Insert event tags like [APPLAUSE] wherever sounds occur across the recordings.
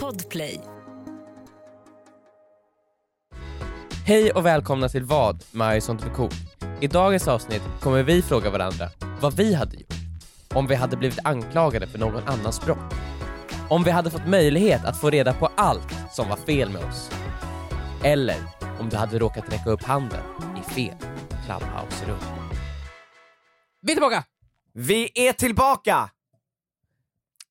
Podplay. Hej och välkomna till vad med I sånt för cool. I dagens avsnitt kommer vi fråga varandra vad vi hade gjort om vi hade blivit anklagade för någon annans brott. Om vi hade fått möjlighet att få reda på allt som var fel med oss. Eller om du hade råkat räcka upp handen i fel Clubhouse-rum. Vi är tillbaka! Vi är tillbaka!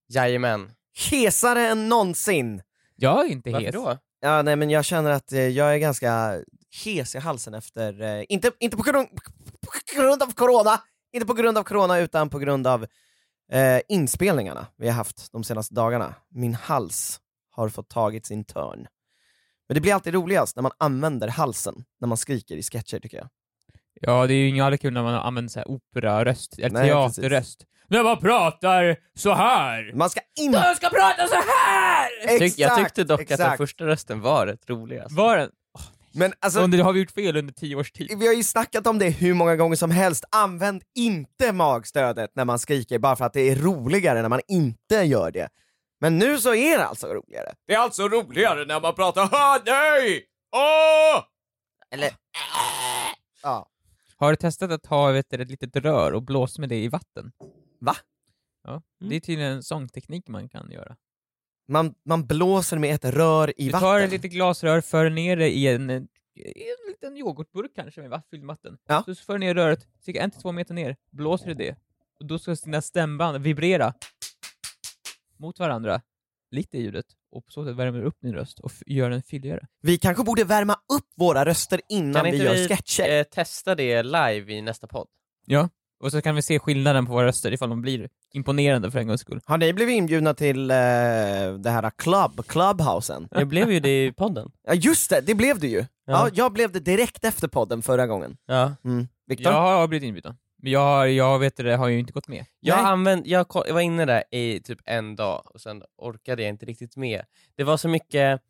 Jajamän. Hesare än någonsin. Jag är inte Varför hes. då? Ja, nej, men jag känner att eh, jag är ganska hes i halsen efter, eh, inte, inte på, grund, på grund av corona, inte på grund av corona utan på grund av eh, inspelningarna vi har haft de senaste dagarna. Min hals har fått tagit sin törn. Men det blir alltid roligast när man använder halsen när man skriker i sketcher tycker jag. Ja, det är ju inget aldrig kul när man använder så här operaröst, eller Nej, precis. teaterröst. När man pratar så här. Man ska inte... Man ska prata så här! Tyck, jag Exakt, tyckte dock att den exakt. första rösten var rätt roligast. Var den? Men alltså, Under, har vi gjort fel under tio års tid? vi har ju snackat om det hur många gånger som helst, använd inte magstödet när man skriker bara för att det är roligare när man inte gör det. Men nu så är det alltså roligare. Det är alltså roligare när man pratar ha, nej! Åh! Ja. Har du testat att ha vet du, ett litet rör och blåsa med det i vatten? Va? Ja, Mm. det är tydligen en sångteknik man kan göra. Man, man blåser med ett rör i du vatten. tar ett litet glasrör, för ner det i en, i en liten yoghurtburk kanske med vatt- fylld vatten. Ja. Så för ner röret cirka en till två meter ner, blåser i det. Och då ska dina stämband vibrera mot varandra, lite i ljudet, och på så sätt värmer du upp din röst och f- gör den fylligare. Vi kanske borde värma upp våra röster innan Kan vi inte gör vi, sketcher. Eh, testa det live i nästa podd. Och så kan vi se skillnaden på våra röster ifall de blir imponerande för en gångs skull. Har ni blivit inbjudna till eh, det här club, clubhousen? Jag blev ju det i podden. Ja just det, det blev du ju. Ja. Ja. jag blev det direkt efter podden förra gången. Ja. Mm. Viktor? Jag har blivit inbjuden, men jag, har- jag vet det, har ju inte gått med. Jag, Nej. använd, jag ko- jag var inne där i typ en dag och sen orkade jag inte riktigt med. Det var så mycket,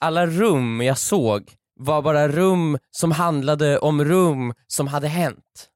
alla rum jag såg var bara rum som handlade om rum som hade hänt.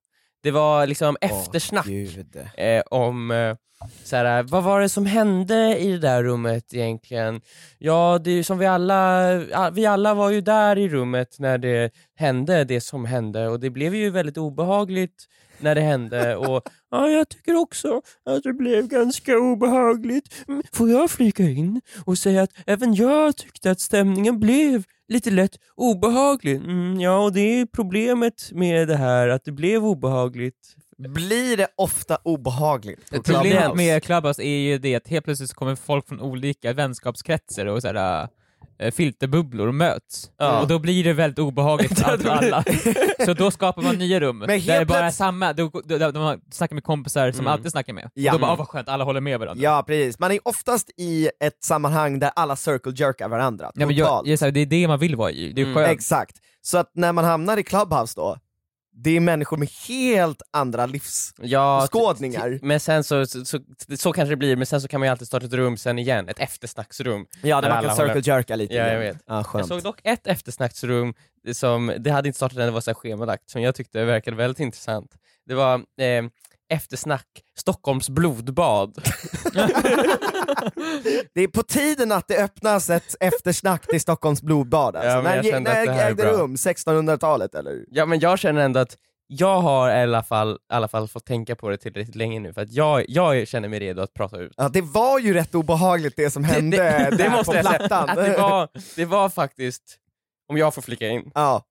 Det var liksom eftersnack Åh, Gud. eh, om eh, så här, vad var det som hände i det där rummet egentligen? Ja, det är ju som vi alla, a- vi alla var ju där i rummet när det hände det som hände och det blev ju väldigt obehagligt när det hände och [LAUGHS] ja, jag tycker också att det blev ganska obehagligt. Mm, Får jag flika in och säga att även jag tyckte att stämningen blev lite lätt obehaglig. Mm, ja, och det är problemet med det här att det blev obehagligt. Blir det ofta obehagligt på Problemet Clubhouse? med Clubhouse är ju det att helt plötsligt så kommer folk från olika vänskapskretsar och sådär, äh, filterbubblor och möts. Ja. Och då blir det väldigt obehagligt [LAUGHS] för allt och alla. Så då skapar man nya rum, helt där det bara är plöts- samma, då, då, då, då man snackar med kompisar som Mm. alltid snackar med. Ja. Och då bara, "Åh, vad skönt, alla håller med varandra. Ja precis, man är oftast i ett sammanhang där alla circle jerkar varandra, Ja, men jag, totalt. jag, är så här, det är det man vill vara i, det är Mm. skönt. Exakt. Så att när man hamnar i Clubhouse då, det är människor med helt andra livs... Ja, Skådningar. t- t- Men sen så, så, så, så kanske det blir, men sen så kan man ju alltid starta ett rum sen igen, ett eftersnacksrum. Ja, där man alla kan håller- circle jerka lite. Ja, jag igen. vet. Ja, Jag skönt. såg dock ett eftersnacksrum som, det hade inte startat än, det var så här schemalagt, som jag tyckte verkade väldigt intressant. Det var eh, eftersnack Stockholms blodbad. Det är på tiden att det öppnas ett eftersnack till Stockholms blodbad. Alltså. Ja, men jag när kände när att det här är ägde bra. rum? 1600-talet eller? Ja men jag känner ändå att jag har i alla fall, i alla fall fått tänka på det tillräckligt länge nu, för att jag, jag känner mig redo att prata ut. Ja, det var ju rätt obehagligt det som hände det, det där måste på jag säga, plattan. att det var, det var faktiskt, om jag får flika in, Ja,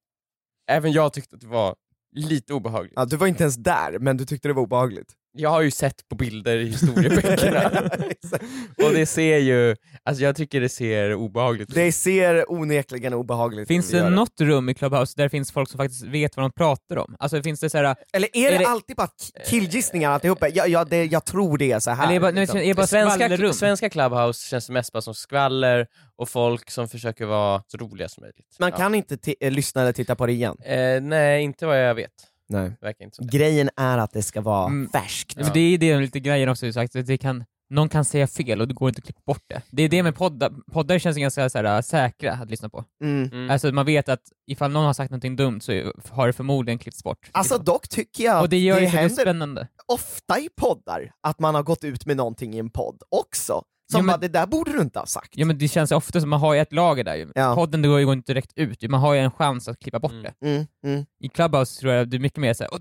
även jag tyckte att det var lite obehagligt. ja, du var inte ens där, men du tyckte det var [LAUGHS] obehagligt. Jag har ju sett på bilder i historieböckerna [LAUGHS] [LAUGHS] Exakt. och det ser ju, alltså jag tycker det ser obehagligt ut. det ser onekligen obehagligt ut. Finns gör det något rum i Clubhouse där det finns folk som faktiskt vet vad de pratar om? Alltså finns det såhär, Eller är det, Är det- alltid bara k- killgissningar alltihopa? Ja, ja, det, jag tror det är så här. eller är det bara, nej, liksom. är det bara Svenska, skvallerrum? svenska Clubhouse känns mest bara som skvaller och folk som försöker vara så roliga som möjligt. Man Ja. kan inte ti- eh, lyssna eller titta på det igen. Eh, nej, inte vad jag vet. Nej. Verkar inte som det. Grejen är att det ska vara Mm. färskt. Ja. För det är ju det lite grejen också, ju sagt, att det kan, någon kan säga fel och det går inte att klippa bort det. Det är det med poddar, poddar känns ganska så här, äh, säkra att lyssna på. Mm. Mm. Alltså man vet att ifall någon har sagt någonting dumt så har det förmodligen klippts bort. Alltså dock tycker jag och att det gör ju så det är händer spännande. ofta i poddar att man har gått ut med någonting i en podd också. Som Ja, men- bara, det där borde du inte ha sagt. Ja men det känns ofta som man har ju ett lager där ju. Ja. Podden går ju går inte direkt ut, ju. man har ju en chans att klippa bort Mm. det. Mm, mm. I Clubhouse tror jag det är mycket mer såhär, och,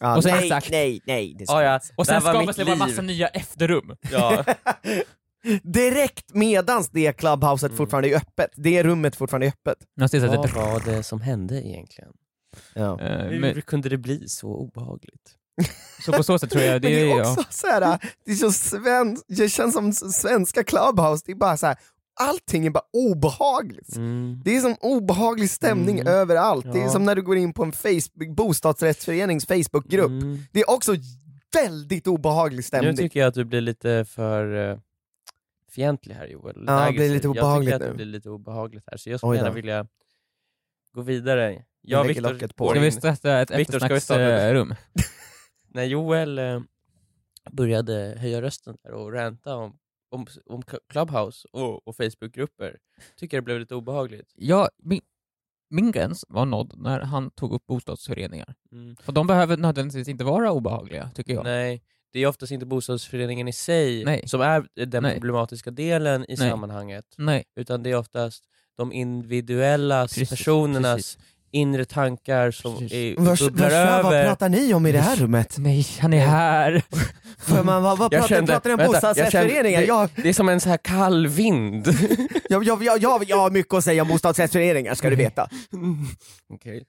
Ja, Och sen Ah, nej, sagt- nej, nej, det Ja, ska ja. och Där sen var skapas mitt det bara liv. massa [LAUGHS] nya efterrum. [LAUGHS] Ja. Direkt medans det clubhouset Mm. fortfarande är öppet, det rummet fortfarande är öppet. Ja, så det är så här, Vad var det som hände egentligen? Ja. eh, Hur men, kunde det bli så obehagligt? så på så sätt tror jag det Men [LAUGHS] det är... är Ja. också så här, det, är så sven, det känns som s- svenska clubhouse, det är bara så här, allting är bara obehagligt. Mm. Det är som obehaglig stämning Mm. överallt. Det är Ja. som när du går in på en Facebook, bostadsrättsförenings Facebookgrupp. Mm. Det är också väldigt obehaglig Nu stämning. tycker jag att du blir lite för uh, fientlig här Joel. Ja, Aggressiv. det blir lite obehagligt Jag tycker att det nu. blir lite obehagligt här, så jag skulle Oj då. gärna vilja gå vidare. Jag och lägger Viktor- locket på. Ska vi starta ett Viktor, ska vi starta det? eftersnacksrum? När Joel eh, började höja rösten där och ranta om, om, om Clubhouse och, och Facebookgrupper, tycker jag det blev lite obehagligt. Ja, min, min gräns var nådd när han tog upp bostadsföreningar. Mm. För de behöver nödvändigtvis inte vara obehagliga, tycker jag. Nej, det är oftast inte bostadsföreningen i sig Nej. som är den Nej. problematiska delen i Nej. sammanhanget. Nej. utan det är oftast de individuella Precis, personernas precis. inre tankar som Precis. är, Vars, bubblar vars, vad över. pratar ni om i det här rummet? Nej, han är här! För man, vad, vad Jag pratar, kände- pratar ni om vänta, jag kände- bostadsrättsföreningar? det- Jag, Det är som en så här kall vind. [LAUGHS] jag, jag, jag, jag, jag har mycket att säga om bostadsrättsföreningar ska du Mm. veta. Okej.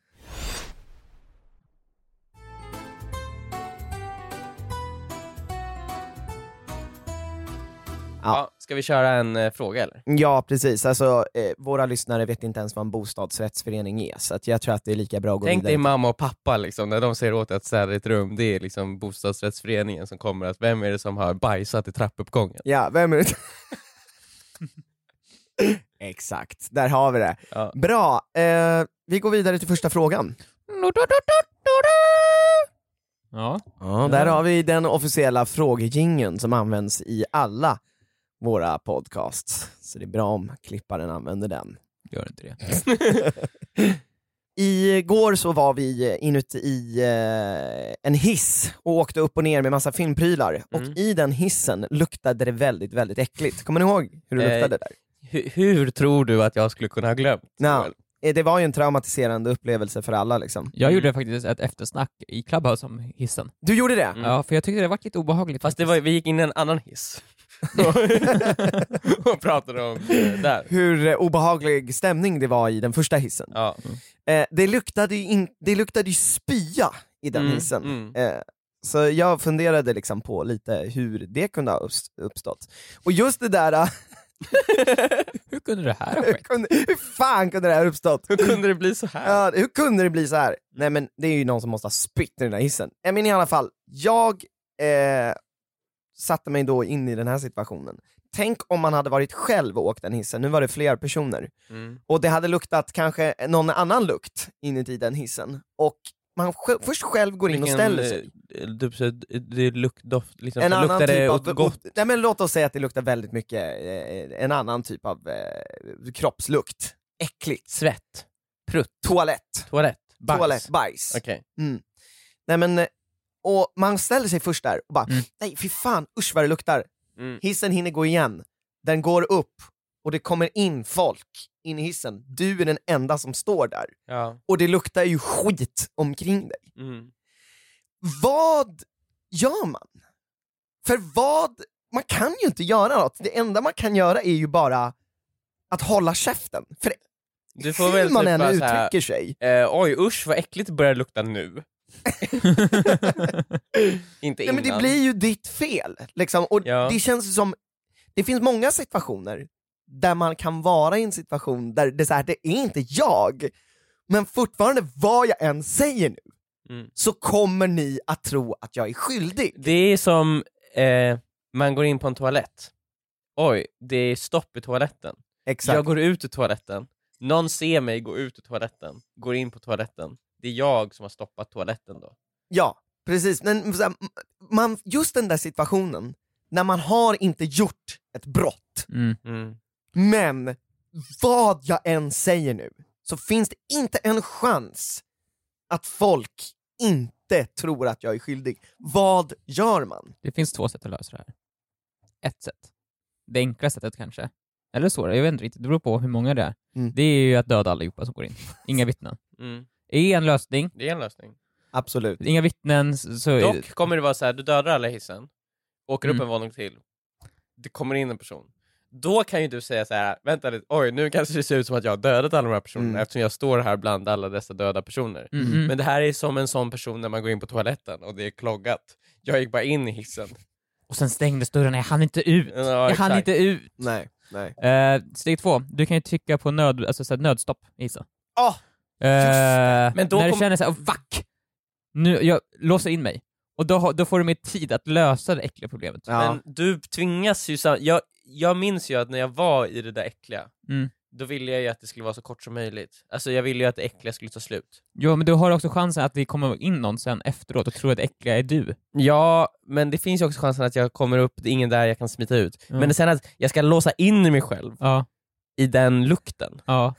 Ja, ska vi köra en eh, fråga eller? Ja precis, alltså, eh, våra lyssnare vet inte ens vad en bostadsrättsförening är, så att jag tror att det är lika bra att gå Tänk dig vidare. mamma och pappa liksom, när de säger åt dig att städa ditt rum, det är liksom bostadsrättsföreningen som kommer att vem är det som har bajsat i trappuppgången? Ja, vem [LAUGHS] är det? Exakt, där har vi det. Ja. Bra, eh, vi går vidare till första frågan. Ja, Ja, där har vi den officiella frågejingeln som används i alla våra podcasts. Så det är bra om klipparen använder den. gör inte det. Igår så var vi inuti i eh, en hiss och åkte upp och ner med massa filmprylar. Mm. Och i den hissen luktade det väldigt, väldigt äckligt. Kommer ni ihåg hur det Eh, luktade där? Hur, hur tror du att jag skulle kunna ha glömt? Nå. Eh, Det var ju en traumatiserande upplevelse för alla liksom. Jag gjorde faktiskt ett eftersnack i Clubhouse om hissen. Du gjorde det? Mm. Ja, för jag tyckte det var lite obehagligt. Fast det var, vi gick in i en annan [LAUGHS] hiss och pratade om det där. Hur eh, obehaglig stämning det var i den första hissen. Ja. Eh, det, luktade ju in, det luktade ju spya i den Mm, hissen. mm. Eh, så jag funderade liksom på lite hur det kunde ha upps- uppstått. Och just det där, [LAUGHS] eh, Hur kunde det här ha hur, skett? kunde, hur fan kunde det här uppstått? Hur kunde det bli så här? Mm. Ja, hur kunde det bli så här? Nej men det är ju någon som måste ha spytt i den här hissen. Nej, men i alla fall, jag eh, satte mig då in i den här situationen. Tänk om man hade varit själv och åkt den hissen, nu var det fler personer. Mm. Och det hade luktat kanske någon annan lukt inuti den hissen. Och man sj- först själv går in och ställer sig. Vilken, eh, typ så här, det luktdoft, liksom, en annan luktar typ det av, åt gott? Nej, men låt oss säga att det luktar väldigt mycket, eh, en annan typ av eh, kroppslukt. Äckligt. Svett, Toalett. toalett, bajs? Toalett, bajs. Okej. Nej, men, eh, och man ställer sig först där och bara, Mm. nej fy fan, usch vad det luktar. Mm. Hissen hinner gå igen, den går upp och det kommer in folk in i hissen. Du är den enda som står där. Ja. Och det luktar ju skit omkring dig. Mm. vad gör man? För vad, man kan ju inte göra något. Det enda man kan göra är ju bara att hålla käften. För Du får hur väl man typ än bara så här, uttrycker sig. eh, oj usch vad äckligt det börjar lukta [LAUGHS] nu. Inte Nej, innan. men det blir ju ditt fel. Liksom. Och Ja. det känns ju som, det finns många situationer där man kan vara i en situation där det är så här, det är inte jag, men fortfarande vad jag än säger nu, Mm. så kommer ni att tro att jag är skyldig. Det är som, eh, man går in på en toalett. Oj, det är stopp i toaletten. Exakt. Jag går ut ur toaletten, någon ser mig gå ut ur toaletten, går in på toaletten. Det är jag som har stoppat toaletten då. Ja, precis. Men så här, m- man, just den där situationen, när man har inte gjort ett brott, Mm. men vad jag än säger nu, så finns det inte en chans att folk inte tror att jag är skyldig. Vad gör man? Det finns två sätt att lösa det här. Ett sätt. Det enkla sättet kanske. Eller svårare, jag vet inte riktigt. Det beror på hur många det är. Mm. Det är ju att döda allihopa som går in. Inga vittnen. Mm. Är en lösning. Det är en lösning. Absolut. Inga vittnen s- så... Dock kommer det vara så här, du dödar alla i hissen, åker upp Mm. en våning till, det kommer in en person. Då kan ju du säga så här, vänta lite, oj nu kanske det ser ut som att jag har dödat alla de här personerna Mm. eftersom jag står här bland alla dessa döda personer. Mm, mm. Men det här är som en sån person när man går in på toaletten och det är kloggat. Jag gick bara in i hissen. Och sen stängdes dörren, jag hann inte ut. Ja, jag hann exakt. inte ut. Nej, nej. Eh, steg två, du kan ju trycka på nöd, alltså, så här, nödstopp, gissa. Ah, Men Men då när du kom- känner såhär, oh, fuck! Nu, jag låser in mig. Och då, har- då får du mer tid att lösa det äckliga problemet. Ja. Men du tvingas ju... sam- Jag, jag minns ju att när jag var i det där äckliga, Mm. då ville jag ju att det skulle vara så kort som möjligt. Alltså jag ville ju att det äckliga skulle ta slut. Jo, men du har också chansen att det kommer in någon sen efteråt och tror att det äckliga är du. Ja, men det finns ju också chansen att jag kommer upp, det är ingen där jag kan smita ut. Mm. Men sen att jag ska låsa in mig själv Ja. i den lukten. ja.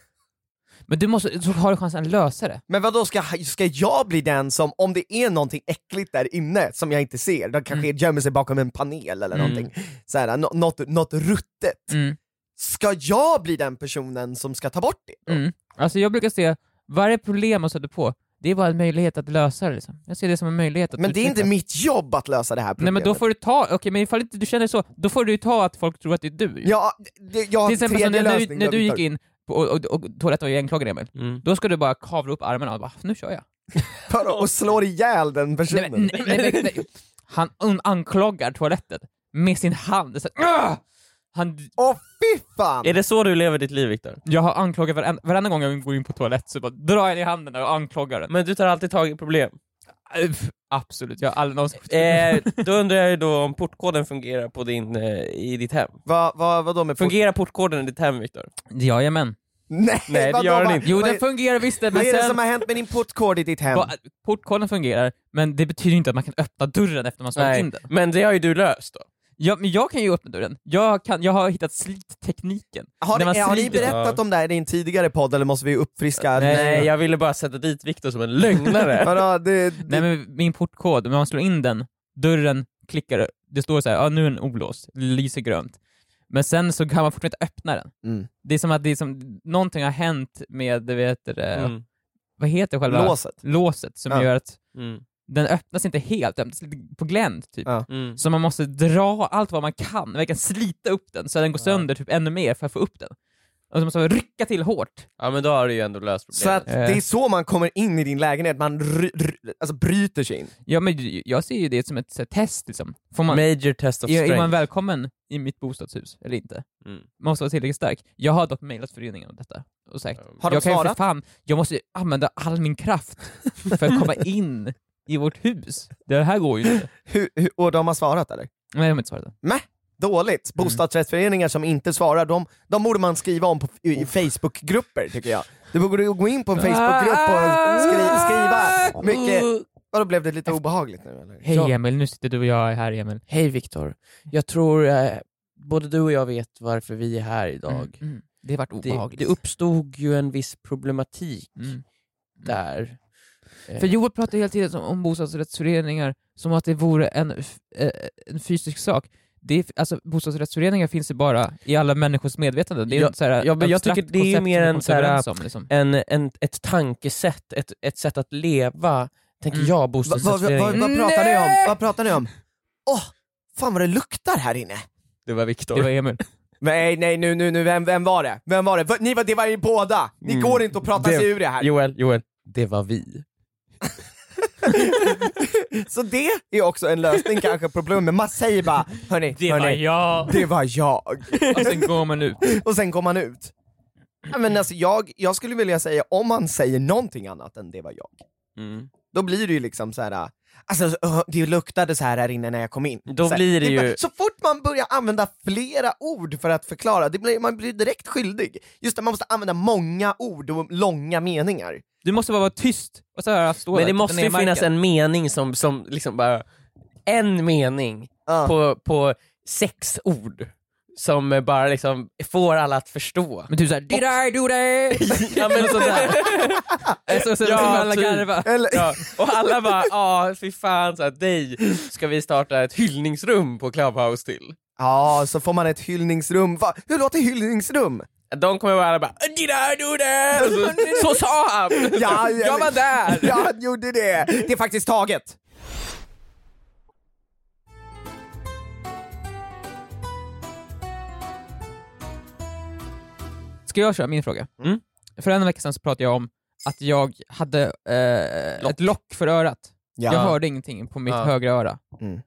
Men du måste, så har du chansen att lösa det. Men vad då ska, ska jag bli den som, om det är någonting äckligt där inne som jag inte ser, de kanske gömmer sig bakom en panel eller Mm. någonting, så här, nå- något, något ruttet. Ska jag bli den personen som ska ta bort det? Mm. Alltså jag brukar se, varje problem man stöter på, det är bara en möjlighet att lösa det. Liksom. Jag ser det som en möjlighet att Men det är utvecklas. inte mitt jobb att lösa det här Nej problemet. men då får du ta, okej men ifall inte du känner så, då får du ju ta att folk tror att det är du. ju. Ja, det, jag har Till exempel som tredje när, när, du, lösning när då, du Viktor. gick in på, och, och, och toaletten var ju enklagad Emil, Mm. då ska du bara kavla upp armarna och bara, nu kör jag. För att- och slår ihjäl den Nej, personen. men, nej, nej, nej, nej. Han un- anklagar toaletten med sin hand. Så, här, "Åh!" han, Åh fy fan! Är det så du lever ditt liv Viktor? jag har anklagat varenda, varenda gång jag går in på toalett så bara drar jag ner handen där och anklagar den. Men du tar alltid tag i [LAUGHS] problem. Äh, pff, Absolut, jag har aldrig någonsin... Eh, då undrar jag ju då om portkoden fungerar på din, eh, i ditt hem. Vad va, vadå med... Fungerar portkoden i ditt hem Viktor? Jajamän. Nej, Nej, det vadå, gör den va- inte. Jo vad, den fungerar visst det, vad men är det sen... som har hänt med din portkod i ditt hem? Va- Portkoden fungerar, men det betyder inte att man kan öppna dörren efter man slagit in den. Men det har ju du löst då. Ja, men jag kan ju öppna dörren. Jag, kan, jag har hittat slittekniken. Har, När man ni, har ni sliter- berättat om det här i en tidigare podd eller måste vi uppfriska? Nej, jag ville bara sätta dit Viktor som en [LAUGHS] lögnare. [LAUGHS] Vadå, det, det, Nej men min portkod, när man slår in den, dörren klickar, det står så här, ja nu är den olåst, det lyser grönt. Men sen så kan man fortfarande inte öppna den. Mm. Det är som att det är som, någonting har hänt med, du vet, det, Mm. vad heter själva låset. låset som Ja. gör att Mm. den öppnas inte helt, den öppnas lite på glänt typ. Ja. Mm. Så man måste dra allt vad man kan, verkligen slita upp den så den går Ja. sönder typ ännu mer för att få upp den. Och så måste man rycka till hårt. Ja men då har du ju ändå löst problemet. Så att Eh. det är så man kommer in i din lägenhet, man r- r- alltså bryter sig in. Ja men ju- jag ser ju det som ett så här, test liksom. Får man, Major test of är, är man strength. välkommen i mitt bostadshus eller inte? Mm. Man måste vara tillräckligt stark. Jag har dock mejlat föreningen om detta och sagt Har de jag kan ju för svarat? fan, jag måste ju använda all min kraft för att komma in i vårt hus. Det här går ju inte. Hur, hur, och de har svarat eller? Nej, de har inte svarat än. Dåligt! Mm. Bostadsrättsföreningar som inte svarar, de, de borde man skriva om på, Mm. i, i Facebookgrupper tycker jag. Du borde gå in på en Facebookgrupp och skri, skriva mycket... Vadå, blev det lite obehagligt nu eller? Hej Ja. Emil, nu sitter du och jag här Emil. Hej Viktor. Jag tror eh, både du och jag vet varför vi är här idag. Mm. Mm. Det vart Det, obehagligt. det uppstod ju en viss problematik Mm. där. Eh, För Joel pratar hela tiden som- om bostadsrättsföreningar som att det vore en, f- eh, en fysisk sak. Det är, alltså, bostadsrättsföreningar finns ju bara i alla människors medvetande. Det är Ja, så här, ja, men jag abstrakt tycker det är ju koncept mer som vi en kommit så här- överens om, liksom. en, en, ett tankesätt, ett, ett sätt att leva, tänker Mm. jag, Va, va, va, bostadsrättsföreningen. vad pratar ni om? Vad pratar ni om? Åh, fan vad det luktar här inne! Det var Det var Viktor. Emil. Nej, nej, nu, nu, nu, vem, vem var det? Vem var det? Va- Ni var, det var ni båda! Ni Mm. går inte att prata Det- sig ur det här. Joel, Joel, det var vi. Så det är också en lösning kanske på problemet. Man säger bara, hörni, det, hörni, jag! det var jag. Och sen går man ut. Och sen kom han ut. Ja, Men alltså jag, jag skulle vilja säga, om han säger någonting annat än det var jag, Mm. då blir det ju liksom så här. Alltså ö, det luktade så här här inne när jag kom in. Då så här, blir det är ju- bara- Så fort man börjar använda flera ord för att förklara, det blir, man blir direkt skyldig. Just att man måste använda många ord och långa meningar. Du måste bara vara tyst och så här stå Men där, det måste ner ju i marken. finnas en mening som, som liksom bara, en mening Ja. på, på sex ord som eh, bara liksom får alla att förstå. Men typ såhär Did I do that? Ja, men sådär. så, så, så, Ja, så alla typ. garva. Eller, Ja, och alla bara, ja fy fan, så här, dig ska vi starta ett hyllningsrum på Clubhouse till. Ja, så får man ett hyllningsrum. Va? Hur låter hyllningsrum? De kommer vara alla bara Did I do that? Och Så, så sa han! Ja, ja. jag var där! Ja, han gjorde det! Det är faktiskt taget. Ska jag köra min fråga? Mm. För en vecka sedan så pratade jag om att jag hade eh, ett lock för örat. Ja. Jag hörde ingenting på mitt Ja. högra öra. Mm.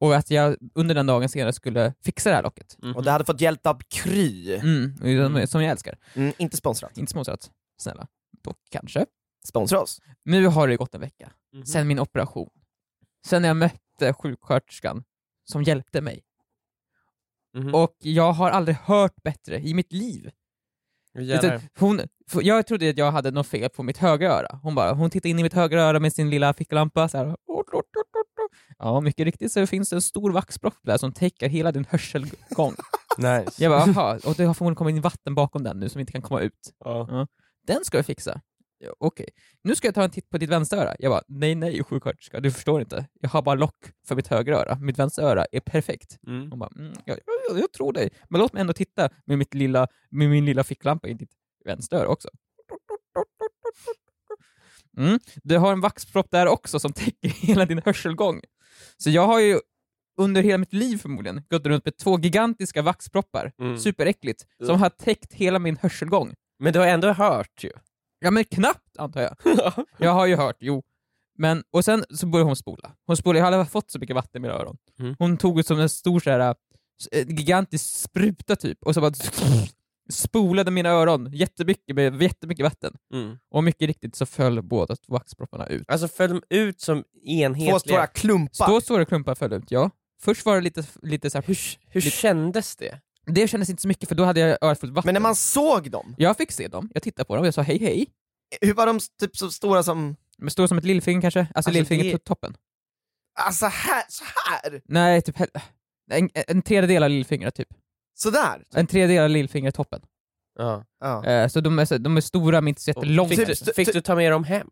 Och att jag under den dagen senare skulle fixa det här locket. Mhm. Och det hade fått hjälp av Kry. Mm. Mm. Som jag älskar. Mm, inte sponsrat. Inte småsöt. Snälla. Dock kanske. Sponsra oss. Nu har det gått en vecka. Mm-hmm. Mhm. sen min operation. Sen när jag mötte sjuksköterskan som hjälpte mig. Mhm. Och jag har aldrig hört bättre i mitt liv. Jävlar. Utan Hon, för jag trodde att jag hade något fel på mitt högra öra. Hon bara, hon tittade in i mitt högra öra med sin lilla ficklampa så här. "Ort, ort, ort, ort, ort." Ja, mycket riktigt så finns det en stor vaxpropp där som täcker hela din hörselgång. Nice. jag bara, jaha, och det har förmodligen kommit in vatten bakom den nu som inte kan komma ut. Ja. Den ska vi fixa. Ja, Okej, nu ska jag ta en titt på ditt vänstra öra. Jag bara, nej nej sjuksköterska, du förstår inte. Jag har bara lock för mitt högra öra. Mitt vänstra öra är perfekt. Mm. Hon bara, mm, jag, jag, jag tror dig, men låt mig ändå titta med, mitt lilla, med min lilla ficklampa i ditt vänstra öra också. Mm. Du har en vaxpropp där också som täcker [LAUGHS] hela din hörselgång. Så jag har ju under hela mitt liv förmodligen gått runt med två gigantiska vaxproppar, Mm. superäckligt, som har täckt hela min hörselgång. Men du har ändå hört ju. Ja men knappt antar jag. Jag har ju hört, jo. Men, och sen så började hon spola. Hon spolade, jag har aldrig fått så mycket vatten i mina öron. Mm. Hon tog ut som en stor så här, eh, gigantisk spruta typ och så bara spolade mina öron jättemycket med jättemycket vatten. Mm. Och mycket riktigt så föll båda vaxpropparna ut. Alltså föll de ut som Två stora enhetliga? klumpar. Två stora klumpar föll ut, ja. Först var det lite, lite så här, Hur lite- kändes det? det kändes inte så mycket för då hade jag örat fullt vatten. Men när man såg dem, Jag fick se dem, jag tittade på dem och jag sa hej hej. hur var de s- typ så stora som... Men stora som ett lillfinger kanske? Alltså, Alltså, lillfingret det- på toppen. Alltså här, så här, Nej, typ hel- en, en tredjedel av lillfingret typ. sådär. En tredjedel av lillfingret toppen. Ja. Ja. Eh, så de är, så- de är stora men inte så jättelånga. Fick, du, fick du ta med dem hem?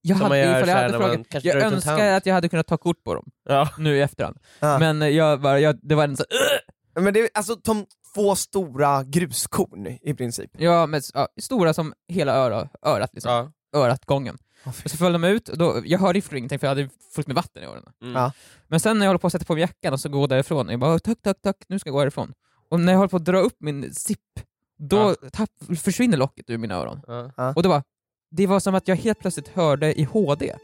jag som man hade, gör ifall så jag här hade när man frågat, kanske jag drar ut en önskar tand. att jag hade kunnat ta kort på dem Ja. nu i efterhand. Ja. Men eh, jag, bara, jag, det var en sån... Men det är alltså de två stora gruskorn i princip. Ja, men, s- ja, stora som hela öra, örat, liksom. Ja. öratgången. Och så föll de ut, och då, jag hörde ju för ingenting för jag hade fullt med vatten i öronen. Mm. Ja. Men sen när jag håller på att sätta på mig jackan och så går jag därifrån, jag bara tack, tack, tack, nu ska jag gå härifrån. Och när jag håller på att dra upp min sipp, då tapp, försvinner locket ur mina öron. Ja. Ja. Och det var, det var som att jag helt plötsligt hörde i HD.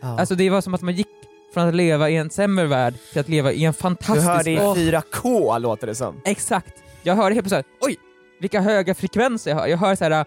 Ja. Alltså det var som att man gick från att leva i en sämre värld till att leva i en du fantastisk hörde i Åh, 4K låter det som. Exakt! Jag hörde helt plötsligt oj, vilka höga frekvenser jag hör. Jag hör så här äh,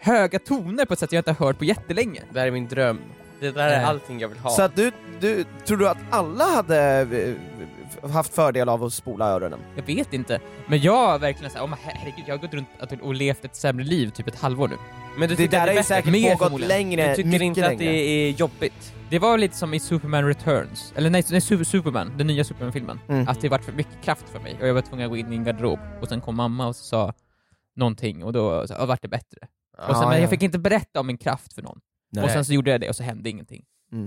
höga toner på ett sätt jag inte har hört på jättelänge. Det här är min dröm. Det där är Nej. allting jag vill ha. Så att du, du, tror du att alla hade eh, haft fördel av att spola öronen? Jag vet inte, men jag har verkligen såhär, oh, men her- herregud, jag har gått runt att- och levt ett sämre liv typ ett halvår nu. men du Det tycker där att har ju är bättre? säkert Mer pågått förmodligen. längre, Du tycker Eh, mycket inte längre. att det är jobbigt? Det var lite som i Superman Returns, eller nej, nej Su- Superman, den nya Superman-filmen. Mm. Att det vart för mycket kraft för mig och jag var tvungen att gå in i en garderob och sen kom mamma och sa någonting och då så, ja, vart det bättre. Och sen, Ja, men Ah, ja. jag fick inte berätta om min kraft för någon. Nej. Och sen så gjorde jag det och så hände ingenting. Mm.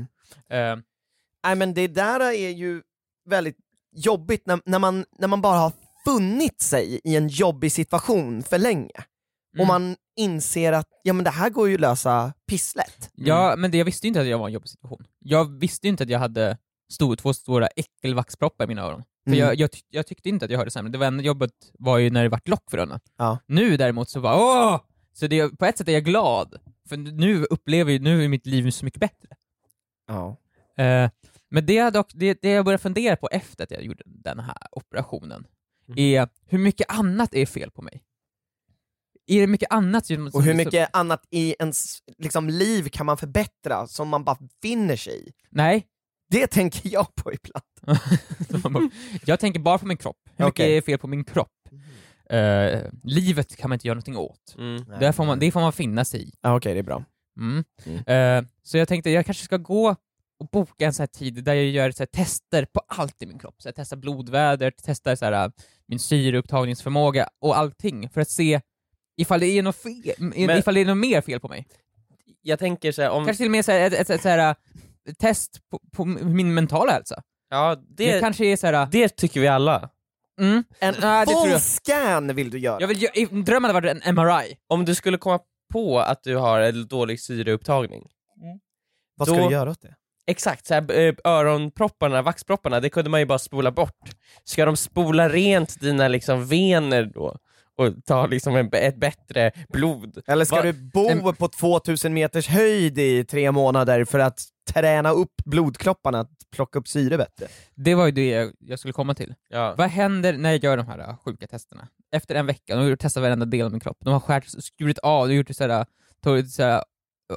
Eh, Nej men det där är ju väldigt jobbigt när, när, man, när man bara har funnit sig i en jobbig situation för länge. Och Mm. man inser att ja, men det här går ju att lösa pisslätt. mm, Ja, men det, jag visste ju inte att jag var i en jobbig situation. Jag visste ju inte att jag hade stor, två stora äckelvaxproppar i mina öron. För Mm. jag, jag, tyck- jag tyckte inte att jag hörde sämre. Det enda jobbet var ju när det vart lock för öronen. Ja. Nu däremot så bara åh! Så det, på ett sätt är jag glad, för nu upplever jag, nu är mitt liv så mycket bättre. Ja. Eh, men det jag, dock, det, det jag började fundera på efter att jag gjorde den här operationen Mm. Mhm. är hur mycket annat är fel på mig? Är det mycket annat som... Och hur som- mycket annat i ens liksom, liv kan man förbättra som man bara finner sig i? Nej, [LAUGHS] Det tänker jag på ibland. jag tänker bara på min kropp. Hur mycket Okej. Mm. är fel på min kropp? Eh, livet kan man inte göra någonting åt. Mm. Där får man, det får man finna sig i. Ja, okej, det är bra. Mm. Mm. Eh, så jag tänkte jag kanske ska gå och boka en sån här tid där jag gör så här tester på allt i min kropp. Så jag testar blodvädret, testar så här, eh, min syreupptagningsförmåga och allting för att se ifall det är något, fel, Men- Mm. ifall det är något mer fel på mig. Jag tänker så här, om... Kanske till och med så här, ett, ett, ett så här, eh, test på, på min mentala hälsa. Ja, Det, det, kanske är så här, eh, det tycker vi alla. Mm. En Nej, det tror full jag. scan vill du göra. Jag vill, ju- i- drömmen hade varit en MRI. Om du skulle komma på att du har en dålig syreupptagning, Vad ska då- du göra åt det? exakt, så här, eh, öronpropparna, vaxpropparna, det kunde man ju bara spola bort. Ska de spola rent dina liksom, vener då? Och ta liksom en, ett bättre blod? Eller ska Va- du bo på 2000 meters höjd i tre månader för att träna upp blodkropparna att plocka upp syre bättre? Det var ju det jag- jag skulle komma till. Ja. Vad händer när jag gör de här äh, sjuka testerna? Efter en vecka, de har testat varenda del av min kropp, de har skärt, skurit av, de har gjort såhär, tagit såhär,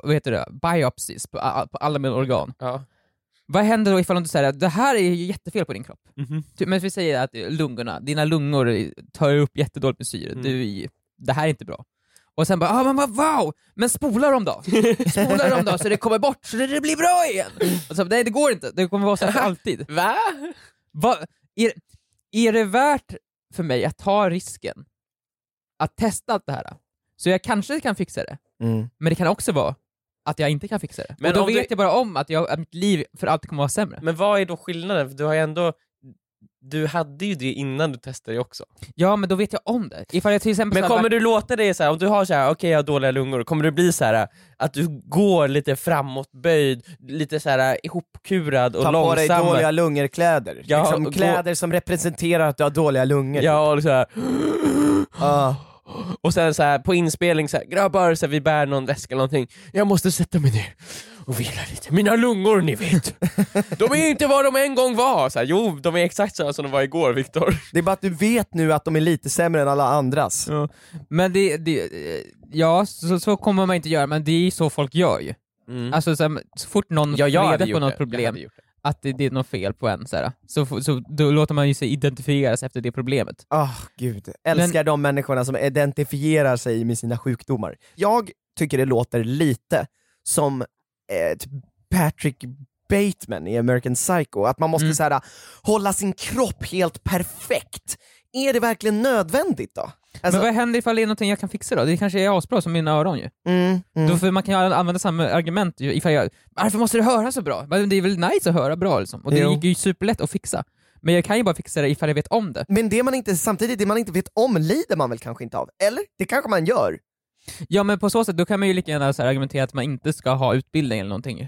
vad heter det, biopsies på, a- på alla mina organ. Ja. Vad händer då ifall om du säger att det här är ju jättefel på din kropp? Typ, men vi säger att lungorna, dina lungor eh, tar upp jättedåligt med syre, Mm. du, är- det här är inte bra. Och sen bara ah, men vad wow, men spola dem då! Spola dem då så det kommer bort, så det det blir bra igen! Och så, Nej det går inte, det kommer vara så här för alltid. Va? Va, är, är det värt för mig att ta risken att testa allt det här? Så jag kanske kan fixa det, men det kan också vara att jag inte kan fixa det. Men Men och då om vet du- jag bara om att, jag, att mitt liv för alltid kommer att vara sämre. Men vad är då skillnaden? För du har ju ändå du hade ju det innan du testade det också. Ja, men då vet jag om det. Ifall jag till exempel Men så här- kommer du låta det så här, om du har så här, okej jag har dåliga lungor, kommer du bli så här att du går lite framåtböjd, lite så här ihopkurad och Ta på dig långsam? dåliga lungerkläder. Ja, liksom och gå- kläder som representerar att du har dåliga lungor. typ. Ja, och så här, [GASPS] Ah. Och sen så här, på inspelning, så här, grabbar, så här, vi bär någon väska eller någonting. Jag måste sätta mig ner och vila lite. Mina lungor ni vet, [LAUGHS] de är inte vad de en gång var. Så här, jo, de är exakt så här som de var igår Viktor. Det är bara att du vet nu att de är lite sämre än alla andras. Men det, det eh, ja, så, så kommer man inte göra, men det är ju så folk gör ju. Alltså så, här, så fort någon Mm. Ja, jag får hade reda på gjort något det. Jag problem, hade gjort det. att det, det är något fel på en, så, här, så, f- så då låter man ju sig identifieras efter det problemet. Ah, gud. Älskar de människorna som identifierar sig med sina sjukdomar. Jag tycker det låter lite som eh, typ Patrick Bateman i American Psycho, att man måste Mm. så här, hålla sin kropp helt perfekt. Är det verkligen nödvändigt då? Alltså- men vad händer ifall det är någonting jag kan fixa då? Det kanske är asbra som mina öron ju. Mm, mm. Då, för man kan ju använda samma argument ju, ifall jag, varför måste det höra så bra? Men det är väl nice att höra bra liksom, och det Jo. är ju superlätt att fixa. Men jag kan ju bara fixa det ifall jag vet om det. Men det man inte, samtidigt, det man inte vet om lider man väl kanske inte av? Eller? Det kanske man gör? Ja men på så sätt, då kan man ju lika gärna så här, argumentera att man inte ska ha utbildning eller någonting ju.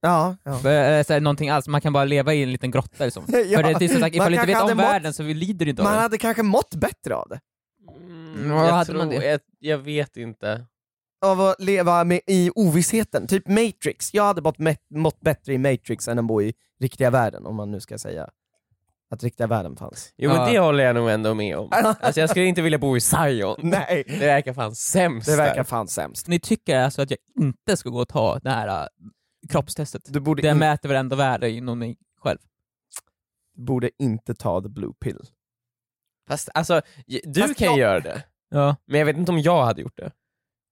Ja, ja. För, eller så här, någonting alls, man kan bara leva i en liten [LAUGHS] grotta liksom. Ja, För det är så sagt, man ifall du inte kanske vet hade om mått- världen så lider du inte Man av den. hade kanske mått bättre av det. Mm, Ja, jag, hade tror, man det? jag, jag vet inte. Av att leva med, i ovissheten. Typ Matrix. Jag hade mått, mä- mått bättre i Matrix än att bo i riktiga världen, om man nu ska säga att riktiga världen fanns. Jo men Ja. det håller jag nog ändå med om. Alltså jag skulle inte vilja bo i Zion. [LAUGHS] Nej, Det verkar fan sämst det verkar där. fan sämst. Ni tycker alltså att jag inte ska gå och ta det här äh, kroppstestet? Du borde, Det in, mäter varenda värde inom mig själv. borde inte ta the blue pill. Fast alltså, j- du Fast kan jag- göra det. Ja, Men jag vet inte om jag hade gjort det.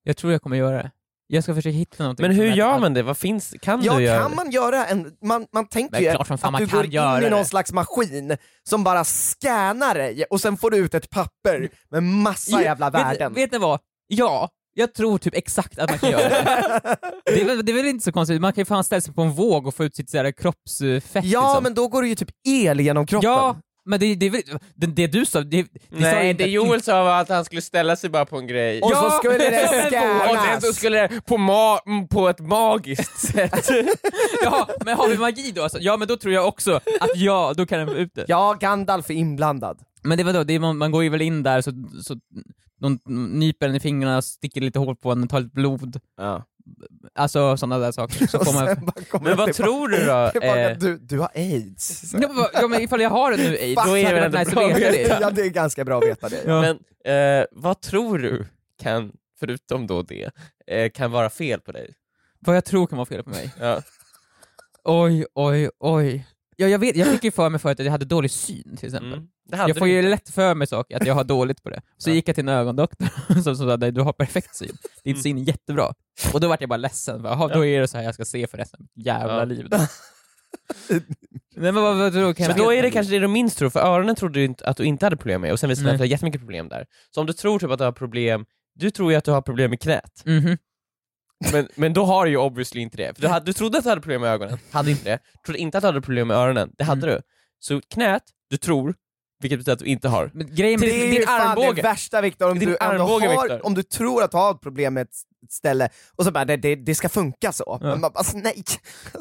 jag tror jag kommer göra det. Jag ska försöka hitta någonting. Men som hur mäter gör allt. man det? Vad finns, kan Ja, du göra kan det? man göra en... Man, man tänker Men ju klart som fan att man du kan går in göra i någon det. slags maskin som bara scannar dig och sen får du ut ett papper med massa Ja, jävla värden. Vet, vet ni vad? Ja, jag tror typ exakt att man kan [LAUGHS] göra det. Det är, väl, det är väl inte så konstigt, man kan ju fan ställa sig på en våg och få ut sitt sådär kroppsfett ja, liksom. men då går det ju typ el genom kroppen. Ja, men det, det, är väl, det, det du sa, det, det sa Nej, inte det Joel sa var att han skulle ställa sig bara på en grej. Och Och, så Ja, skulle [LAUGHS] det som en scannas. våg. sen så skulle det på, ma- mm, på ett [LAUGHS] magiskt sätt. [LAUGHS] Ja, men har vi magi då alltså? Ja, men då tror jag också att ja, då kan den få ut det. Ja, Gandalf är inblandad. Men det var då, det är, man, man går ju väl in där så, så de nyper en i fingrarna, sticker lite hål på en, tar lite blod, alltså sådana där saker. Så Och får man... sen bara kommer Men [LAUGHS] det vad tillbaka- tror du då? tillbaka, Eh, du, du har aids. Så- Ja, men vad- ja, men ifall jag har det nu, ej, då Fan, är det det väl är ändå inte nice att bra veta att det. veta. Ja, det är ganska bra att veta det. Ja. men, eh, vad tror du kan, förutom då det, eh, kan vara fel på dig? Vad jag tror kan vara fel på mig. Ja. Oj, oj, oj. Ja, jag, vet, jag fick ju för mig förut att jag hade dålig syn till exempel. Mm. Det hade Jag får du ju inte. lätt för mig saker, att jag har dåligt på det. Så Ja. gick jag till en ögondoktor [LAUGHS] som sa att du har perfekt syn. Din syn är jättebra. Och då vart jag bara ledsen. Bara, "Jaha, då är det så här jag ska se för resten av mitt jävla Ja. liv. då." Nej, men vad, vad tror du kan Men då är det kanske det du minst tror, för öronen trodde du inte att du inte hade problem med och sen visade det sig Nej. att du har jättemycket problem där. Så om du tror typ att du har problem, du tror ju att du har problem med knät, Mhm. men, [LAUGHS] men då har du ju obviously inte det. För du, hade, du trodde att du hade problem med ögonen, hade inte det. Trodde inte att du hade problem med öronen, det hade du. Så knät, du tror, vilket betyder att du inte har. Men grejen med Det är din, ju din fan armbåge, det värsta Viktor, om, Din du ändå armbåge, har, Viktor. om du tror att du har ett problem med ett s- ett ställe och så bara nej, det, det ska funka så. Men man bara, alltså, nej.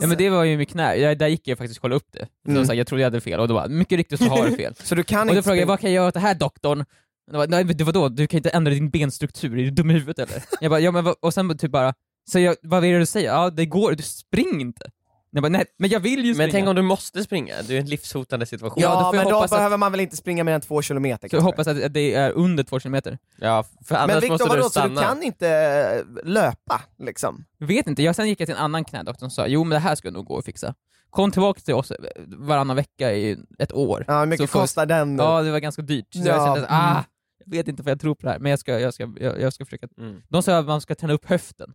ja, men det var ju mitt knä, jag, där gick jag faktiskt och kollade upp det. För det var Mm. Så här, jag trodde jag hade fel och då bara, mycket riktigt så har du [LAUGHS] fel. Så du kan och då inte frågade springa- jag, vad kan jag göra åt det här doktorn? Och de bara, nej men det vadå, du kan inte ändra din benstruktur, är du dum i [LAUGHS] huvudet eller? jag bara, ja men vad- och sen typ bara, så jag, vad är det du säger? Ja det går, du spring inte. Jag bara, nej men jag vill ju springa. Men tänk om du måste springa, du är i en livshotande situation. Ja, då Ja, får jag men då hoppas att- behöver man väl inte springa mer än två kilometer så jag kanske. hoppas att att det är under två kilometer. Ja, för annars Men Viktor, måste du vadå, så du stanna. kan inte eh, löpa liksom? Jag vet inte, jag sen gick jag till en annan knädoktor som sa, jo men det här ska nog gå att fixa. Kom tillbaka till oss eh, varannan vecka i ett år. Ja, hur mycket Så får- kostar den? Ja, det var ganska dyrt. Så jag Ja, kände, så, ah, mm. jag vet inte vad jag tror på det här, men jag ska, jag ska, jag, jag ska försöka. Mm. De sa att man ska träna upp höften,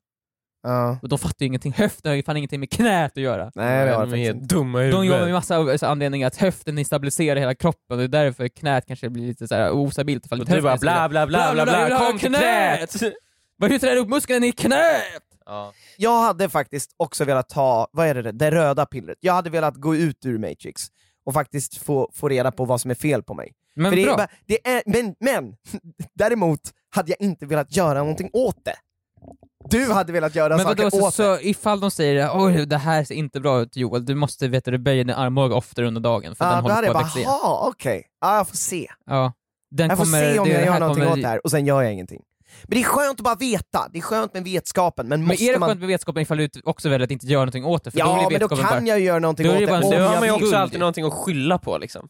Ja. och de fattar ju ingenting. Höften har ju fan ingenting med knät att göra. Nej, det var det de är faktiskt inte. dumma i De jobbar med huvudet. massa av- så anledningar, att höften stabiliserar hela kroppen, och det är därför knät kanske blir lite så här ostabilt ifall Och inte du bara höften är bla bla bla bla bla, kom till knät! Vad hur tränar du upp musklerna i knät? Ja. Jag hade faktiskt också velat ta, vad är det, det röda pillret. Jag hade velat gå ut ur Matrix och faktiskt få, få reda på vad som är fel på mig. Men För det är bra. bara- det är, men, men [LAUGHS] däremot hade jag inte velat göra någonting åt det. Du hade velat göra Men saker vadå, så, åt det. så ifall de säger oj det här ser inte bra ut Joel, du måste veta du böjer din armbåge oftare under dagen för Ja, den Ah, då hade håller jag på att bara, växa igen. jaha okej, ja, jag får se. Ja. Den Jag får kommer, se om det- jag det här gör någonting kommer, åt det här, och sen gör jag ingenting. Men det är skönt att bara veta, det är skönt med vetskapen, men, Men måste är det man... skönt med vetskapen ifall du också väljer att inte göra någonting åt det? För då ja, blir men då vetskapen kan bara, jag ju göra någonting Då är åt det det. bara- om Nu det har jag man ju vill. också vill. alltid någonting att skylla på liksom.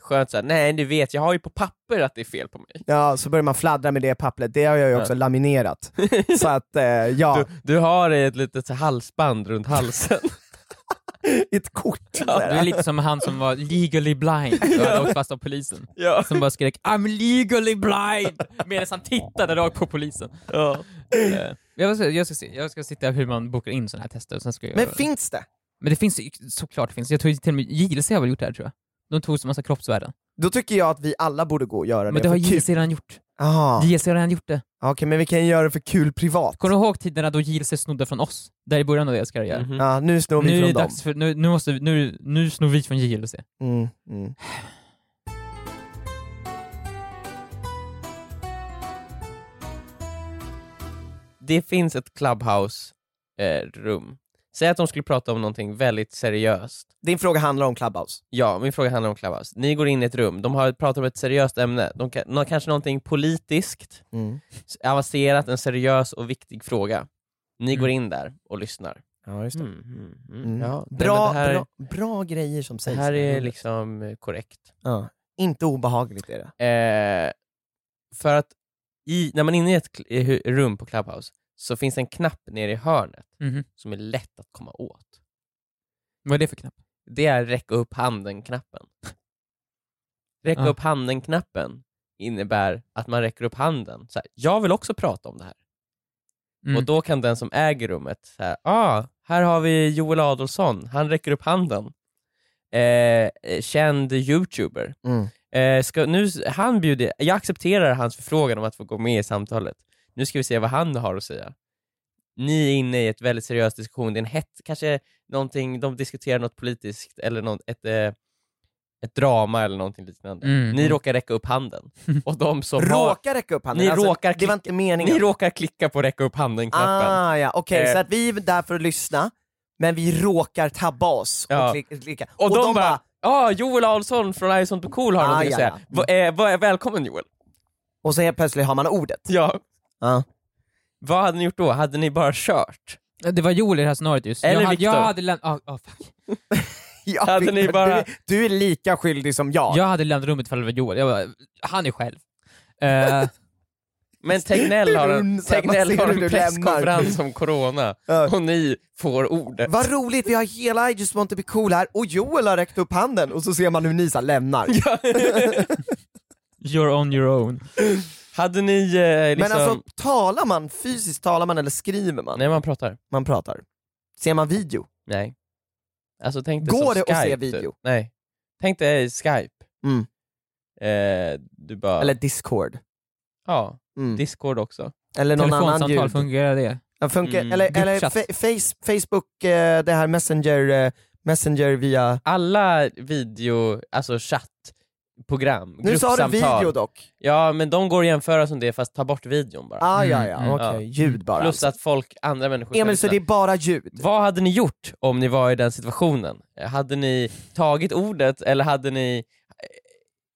Skönt såhär, nej du vet, jag har ju på papper att det är fel på mig. Ja, så börjar man fladdra med det pappret, det har jag ju [LAUGHS] också laminerat. Så att, eh, ja, Du, du har ett litet så här halsband runt halsen. ett kort. Du sådär. är lite som han som var legally blind och hade åkt fast av [LAUGHS] polisen. ja. Som bara skrek I'm legally blind medan han tittade rakt på polisen. Ja. Eh, Jag ska, jag ska, se, jag ska sitta hur man bokar in sådana här tester. Och sen ska jag, Men finns det? men det finns ju- såklart finns. Jag tror till och med JLC har väl gjort det här tror jag. De tog så massa kroppsvärden. Då tycker jag att vi alla borde gå och göra Men det det har för kul. JLC redan gjort. Ah, JLC har redan gjort det. Okej, men vi kan ju göra det för kul privat. Kommer du ihåg tiderna då JLC snodde från oss? Där i början av deras karriär. Mhm. Ja, Ah, nu snor vi Nu är det från dem. dags för, nu, nu måste vi, nu, nu snor vi från JLC. Mm, mm. Det finns ett clubhouse-rum. Säg att de skulle prata om någonting väldigt seriöst. Din fråga handlar om Clubhouse. Ja, min fråga handlar om Clubhouse. Ni går in i ett rum, de har pratat om ett seriöst ämne, de kan, nå- kanske någonting politiskt, Mm. s- avancerat, en seriös och viktig fråga. Ni Mm. går in där och lyssnar. Ja, just Mm, mm, mm. Mm. Ja, nej, bra, men det, här, bra, bra grejer som det sägs. här är liksom eh, korrekt. Ja. Inte obehagligt är det. Eh, för att i, när man är inne i ett kl- i hu- rum på Clubhouse så finns en knapp nere i hörnet Mhm. som är lätt att komma åt. Vad är det för knapp? Det är räcka upp handen-knappen. räcka Ja. upp handen-knappen innebär att man räcker upp handen. Så här, jag vill också prata om det här. Mm. Och då kan den som äger rummet, så här, ah, här har vi Joel Adolfsson, han räcker upp handen. Eh, Eh, känd youtuber. Mm. Eh, ska, nu, han bjuder, jag accepterar hans förfrågan om att få gå med i samtalet. Nu ska vi se vad han har att säga. Ni är inne i ett väldigt seriös diskussion, det är en hett, kanske någonting, de diskuterar något politiskt eller något, ett, eh, ett drama eller någonting liknande. Mm. Ni råkar räcka upp [LAUGHS] handen. Och de som har, Råkar räcka upp handen? Alltså, Ni råkar det var klicka- inte meningen. ni råkar klicka på räcka upp handen-knappen. Ah, ja. Okej, Eh. så att vi är där för att lyssna, men vi råkar tabba oss Ja. och klick- klicka. Och, de, bara, ja ah, Joel Ahlsson från Ison på Cool har Ah, någonting att ja, säga. ja. Va, eh, va, välkommen Joel. och så helt plötsligt har man ordet. [LAUGHS] Ja. Ja. Vad hade ni gjort då? Hade ni bara kört? Det var Joel i det här scenariot just. Eller jag, hade- jag Viktor. hade lämnat... ah, ah, fuck. Ja, Hade Victor, ni bara- du, du är lika skyldig som jag. jag hade lämnat rummet ifall det var Joel. Jag bara, han är själv. [LAUGHS] Eh, Men Tegnell har en, Brun, så här, man Tegnell ser har hur en du lämnar. presskonferens om corona Ja. och ni får [LAUGHS] ordet. Vad roligt, vi har hela I just want to be cool här och Joel har räckt upp handen och så ser man hur Nisa lämnar. [LAUGHS] you're on your own. Hade ni eh, liksom... Men alltså talar man fysiskt, talar man eller skriver man? Nej man pratar. Man pratar. Ser man video? Nej. Alltså tänk dig Går som det att Skype, se typ. video? Nej. Tänk dig Skype. Mm. Eh, du bara... Eller discord? Ja, Mm. Discord också. eller någon annan Telefonsamtal, ljud? fungerar det? Ja, funkar, Mm. Eller, eller Gruppchatt. fe- face, Facebook, eh, det här messenger, eh, messenger via... Alla video, alltså chatt, program, Nu sa du gruppsamtal. video dock. Ja, men de går att jämföra som det fast ta bort videon bara. Ah, ja, ja, Mm, mm, okej. ja. Ljud bara. Plus att folk, andra människor ska Emil, så lyssna. det är bara ljud? Vad hade ni gjort om ni var i den situationen? Eh, Hade ni tagit ordet eller hade ni, eh,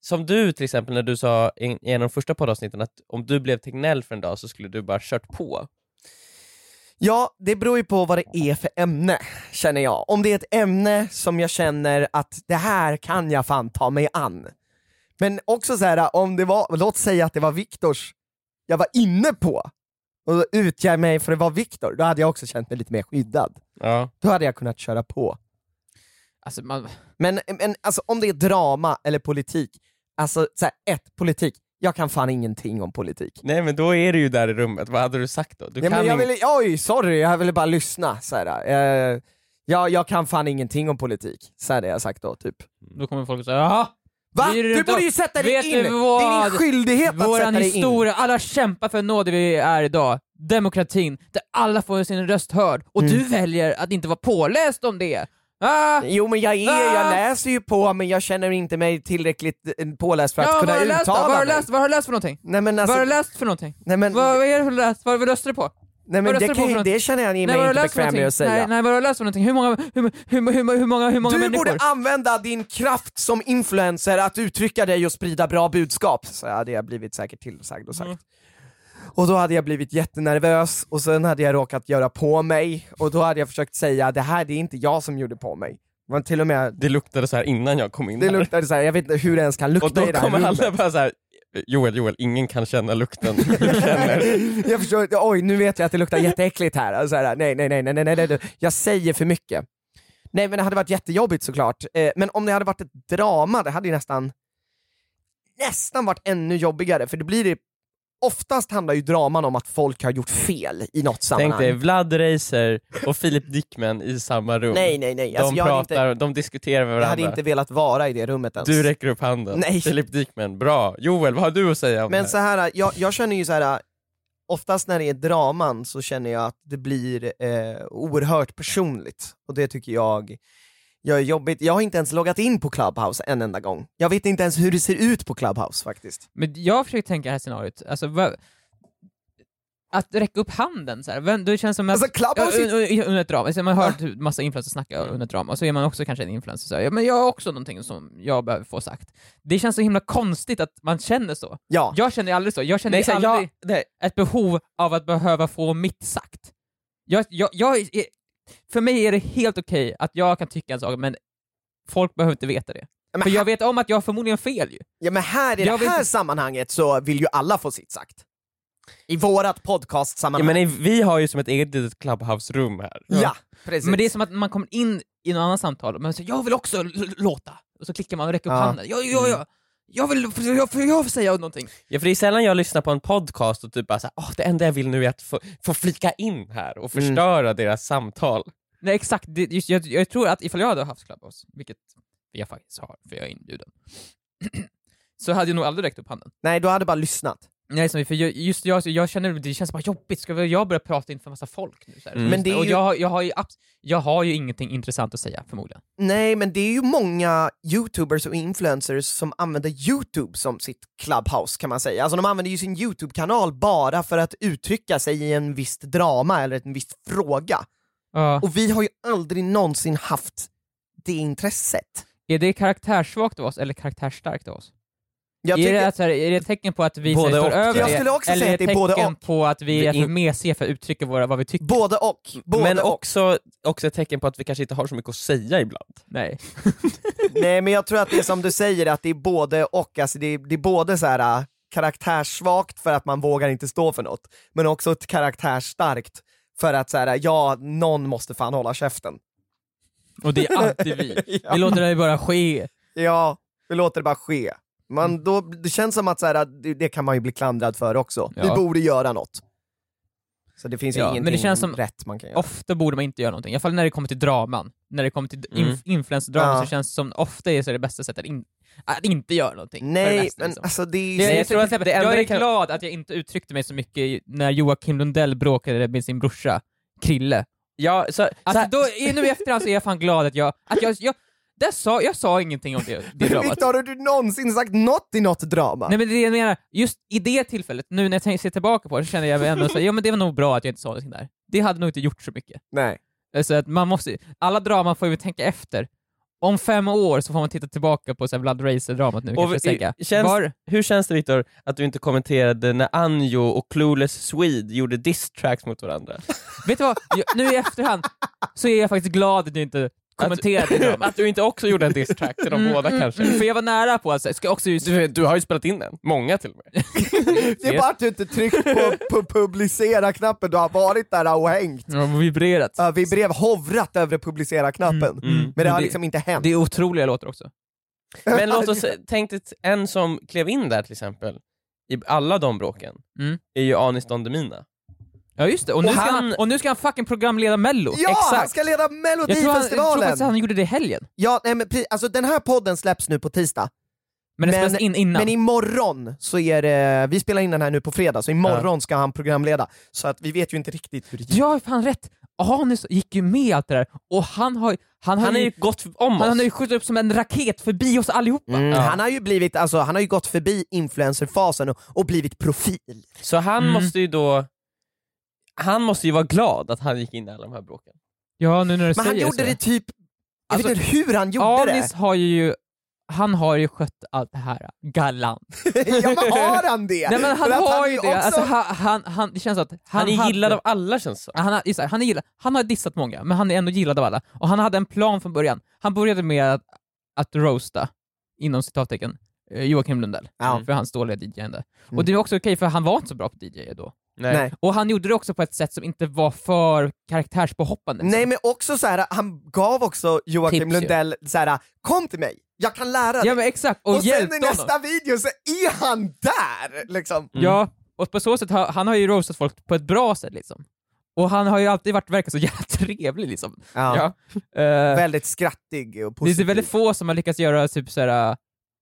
som du till exempel när du sa i i en av de första poddavsnitten att om du blev Tegnell för en dag så skulle du bara kört på. Ja, det beror ju på vad det är för ämne, känner jag. Om det är ett ämne som jag känner att det här kan jag fan ta mig an. Men också så här, om det var, låt säga att det var Viktors jag var inne på, och då utger jag mig för att vara Viktor, då hade jag också känt mig lite mer skyddad. Ja. Då hade jag kunnat köra på. Alltså, man, Men, men alltså, om det är drama eller politik, alltså så här, ett, politik, jag kan fan ingenting om politik. Nej men då är du ju där i rummet, vad hade du sagt då? Du Ja, men kan jag ing- ville, oj, sorry, jag ville bara lyssna. Så här, eh, jag, jag kan fan ingenting om politik, så här hade jag sagt då. Typ. då kommer folk säga ah, Va? Blir det Du då- borde ju sätta Vet dig in! du Det är vad? din skyldighet att sätta Våran dig in. historia, alla kämpar för att nå det vi är idag. Demokratin, där alla får sin röst hörd. Och Mm. du väljer att inte vara påläst om det. Ah, Jo men jag är, jag Va? läser ju på men jag känner inte mig tillräckligt eh, påläst för att ja, vad kunna har du läst då? Vad uttala har du mig. läst? Vad har du läst för någonting? Nej men Vad alltså, har du läst för någonting? nej men, Vad, vad är det för läst? Vad, vad röstar du på? nej, men vad det, röstar du på kan, ju- för det känner jag vad mig har du inte läst för bekväm med någonting? att säga. Nej, nej, vad har du läst för någonting? Hur många, hur, hur, hur, hur många, hur många du människor? borde använda din kraft som influencer att uttrycka dig och sprida bra budskap, så hade jag blivit säkert tillsagd och sagt. Mm. Och då hade jag blivit jättenervös och sen hade jag råkat göra på mig och då hade jag försökt säga det här det är inte jag som gjorde på mig. Men till och med, Det luktade så här innan jag kom in det här. luktade så här, jag vet inte hur det ens kan lukta Och då i det här kommer rummet. alla bara så här. Joel, Joel, ingen kan känna [LAUGHS] lukten du känner. jag förstår, oj nu vet jag att det luktar jätteäckligt här. Alltså, så här nej, nej, nej, nej, nej, nej, nej, nej, jag säger för mycket. Nej men det hade varit jättejobbigt såklart, eh, men om det hade varit ett drama, det hade ju nästan nästan varit ännu jobbigare, för det blir det Oftast handlar ju draman om att folk har gjort fel i något Tänk sammanhang. dig Vlad Reiser och Filip Dickman i samma rum. Nej, nej, nej. De Alltså, jag, hade inte, pratar, de diskuterar med jag hade varandra. inte velat vara i det rummet ens. Du räcker upp handen. Alltså, Nej. Filip Dickman, bra. Joel, vad har du att säga om Men det så här, jag, jag känner ju så här. oftast när det är draman så känner jag att det blir eh, oerhört personligt. Och det tycker jag, jag är jobbigt. Jag har inte ens loggat in på Clubhouse en enda gång. Jag vet inte ens hur det ser ut på Clubhouse faktiskt. Men jag försöker tänka det här scenariot, alltså, vad, att räcka upp handen så här. Vem, det känns som att... Alltså Ja, Clubhouse är... un- un- under ett drama, alltså, man hör typ massa influencers snacka under ett drama, och så är man också kanske en influencer så här, ja, men jag har också någonting som jag behöver få sagt. Det känns så himla konstigt att man känner så. Ja. Jag känner ju aldrig så, jag känner Nej, ju så här, aldrig jag, nej, ett behov av att behöva få mitt sagt. Jag, jag, jag är, för mig är det helt okej att jag kan tycka en sak, men folk behöver inte veta det. Men, För jag vet om att jag har förmodligen fel ju. ja, men här i Jag det vet här inte- sammanhanget så vill ju alla få sitt sagt. I vårat ja, podcast-sammanhang. men nej, vi har ju som ett eget litet clubhouse-rum här. ja, precis. Men det är som att man kommer in i någon annan samtal och man säger jag vill också l- l- låta, och så klickar man och räcker upp Ja. handen. Jag, jag, Mm. jag, jag vill, för jag, för jag får säga någonting. Ja, för det är sällan jag lyssnar på en podcast och typ bara såhär, "Åh, det enda jag vill nu är att få, få flika in här och förstöra deras samtal. Nej exakt, det, just, jag, jag tror att ifall jag hade haft Clubhouse, vilket jag faktiskt har, för jag är inbjuden, [CLEARS THROAT] så hade jag nog aldrig räckt upp handen. Nej, du hade bara lyssnat. Nej, som- för jag, just jag, jag känner det känns bara jobbigt, ska väl jag börja prata inför massa folk nu? Så här. Mm. Men det är Och ju- jag, har- jag, har ju abs- jag har ju ingenting intressant att säga förmodligen. Nej, men det är ju många youtubers och influencers som använder youtube som sitt clubhouse kan man säga. Alltså de använder ju sin youtube-kanal bara för att uttrycka sig i en visst drama eller en viss fråga. Och Och vi har ju aldrig någonsin haft det intresset. är det karaktärssvagt av oss eller karaktärsstarkt av oss? Jag är, det, tycker, att så här, är det ett tecken på att vi Både står och. över Jag det, skulle också eller säga är att det det är både tecken på att Vi vi är in- för mesiga för att uttrycka våra, vad vi tycker? både och. Både Men och. också, också ett tecken på att vi kanske inte har så mycket att säga ibland. Nej. [LAUGHS] Nej men jag tror att det är som du säger, att det är både och. Alltså det, är, det är både så här äh, karaktärssvagt för att man vågar inte stå för något, men också ett karaktärsstarkt för att så här, äh, ja, någon måste fan hålla käften. Och det är alltid [LAUGHS] vi. Vi låter det bara ske. Ja, vi låter det bara ske. Mm. Man, då, det känns som att så här, att det, det kan man ju bli klandrad för också. Ja. Vi borde göra något. Så det finns ju Ja, ingenting men det känns som- rätt man kan göra. Ofta borde man inte göra någonting, i alla fall när det kommer till draman. När det kommer till Mm. inf- influencerdraman Ja. så känns det som ofta är så det bästa sättet att, in- att inte göra någonting. för det Nej, mesta, men liksom. alltså det är Nej, Nej, jag, tror att det enda jag är det kan- glad att jag inte uttryckte mig så mycket i- när Joakim Lundell bråkade med sin brorsa Krille. Ja, så, så Alltså, här, då, i- nu i efterhand så är jag fan glad att jag... Att jag, jag inte sa, jag sa ingenting om [LAUGHS] det, [LAUGHS] det dramat. Viktor, har du någonsin sagt något i något drama? Nej men det är det jag menar, just i det tillfället, nu när jag tänker- ser tillbaka på det, så känner jag ändå så här, ja men det var nog bra att jag inte sa någonting där. Det hade nog inte gjort så mycket. [LAUGHS] Nej. Så att man måste, alla draman får ju tänka efter. Om fem år så får man titta tillbaka på så här Blood Racer-dramat nu Och kanske vi- och tänka, känns- var, Hur känns det Viktor, att du inte kommenterade när Anjo och Clueless Swede gjorde diss-tracks mot varandra? vet du vad, jag, nu i efterhand så är jag faktiskt glad att du inte kommenterade Alltså- det [LAUGHS] dramat. att du inte också gjorde en diss-track till de Mm, båda mm, kanske? mm, För jag var nära på att, så här, ska jag också just, Du, du har ju spelat in den, många till och med. Det är bara att du inte tryckt [LAUGHS] på, på publicera-knappen, du har varit där och hängt. Ja, vibrerat. Ja, vi brev hovrat över publicera-knappen, Mm. men det har det- liksom inte hänt. Det är otroliga låtar också. [LAUGHS] Men låt oss, tänk dig t- en som klev in där till exempel, i alla de bråken, Mm. är ju Anis Don Demina. Ja just det, och nu, Och ska, han- han, och nu ska han fucking programleda mello! [LAUGHS] Ja, han Exakt! ska leda jag tror, han, jag tror Melodifestivalen! faktiskt att han gjorde det i helgen, Ja, nej, men, pre- alltså, den här podden släpps nu på tisdag, men det Men- spelas in innan. men imorgon så är det, vi spelar in den här nu på fredag, så imorgon ska han programleda. Så att vi vet ju inte riktigt hur det gick. Ja, fan rätt! Anis gick ju med i allt det där, och han har, han har, Han har ju, ju gått om han har ju oss. skjutit upp som en raket förbi oss allihopa. Mm, Ja. Han har ju blivit, alltså, han har ju gått förbi influencerfasen och, och blivit profil. Så han Mm. måste ju då, han måste ju vara glad att han gick in i alla de här bråken. Ja, nu när du Men han säger gjorde så. det typ, jag Alltså, vet inte hur han gjorde Anis har ju han har ju skött allt det här galant. det. [LAUGHS] ja men har han det? Nej men För han att har är ju det, också- alltså, han, han, han, det känns att han, Han, är hade- gillad av alla känns det Ja, Han har, just det, han, är gillad, han har dissat många, men han är ändå gillad av alla. Och han hade en plan från början. Han började med att, att roasta, inom citattecken, eh, Joakim Lundell Ja. för hans dåliga DJ-ande. Mm. Och det är också okej, för han var inte så bra på DJ då. Nej. Nej. Och han gjorde det också på ett sätt som inte var för karaktärspåhoppande. Nej men också så här, han gav också Joakim Tips, ja. Lundell så här, kom till mig, jag kan lära dig. Ja men exakt, och, och sen hjälpte i honom. nästa video så är han där! Liksom. Mm. Ja, och på så sätt, har, han har ju roastat folk på ett bra sätt liksom. Och han har ju alltid varit, verkat så jävla trevlig liksom. Ja. Eh, Väldigt skrattig och Det är positiv. så väldigt få som har lyckats göra typ såhär,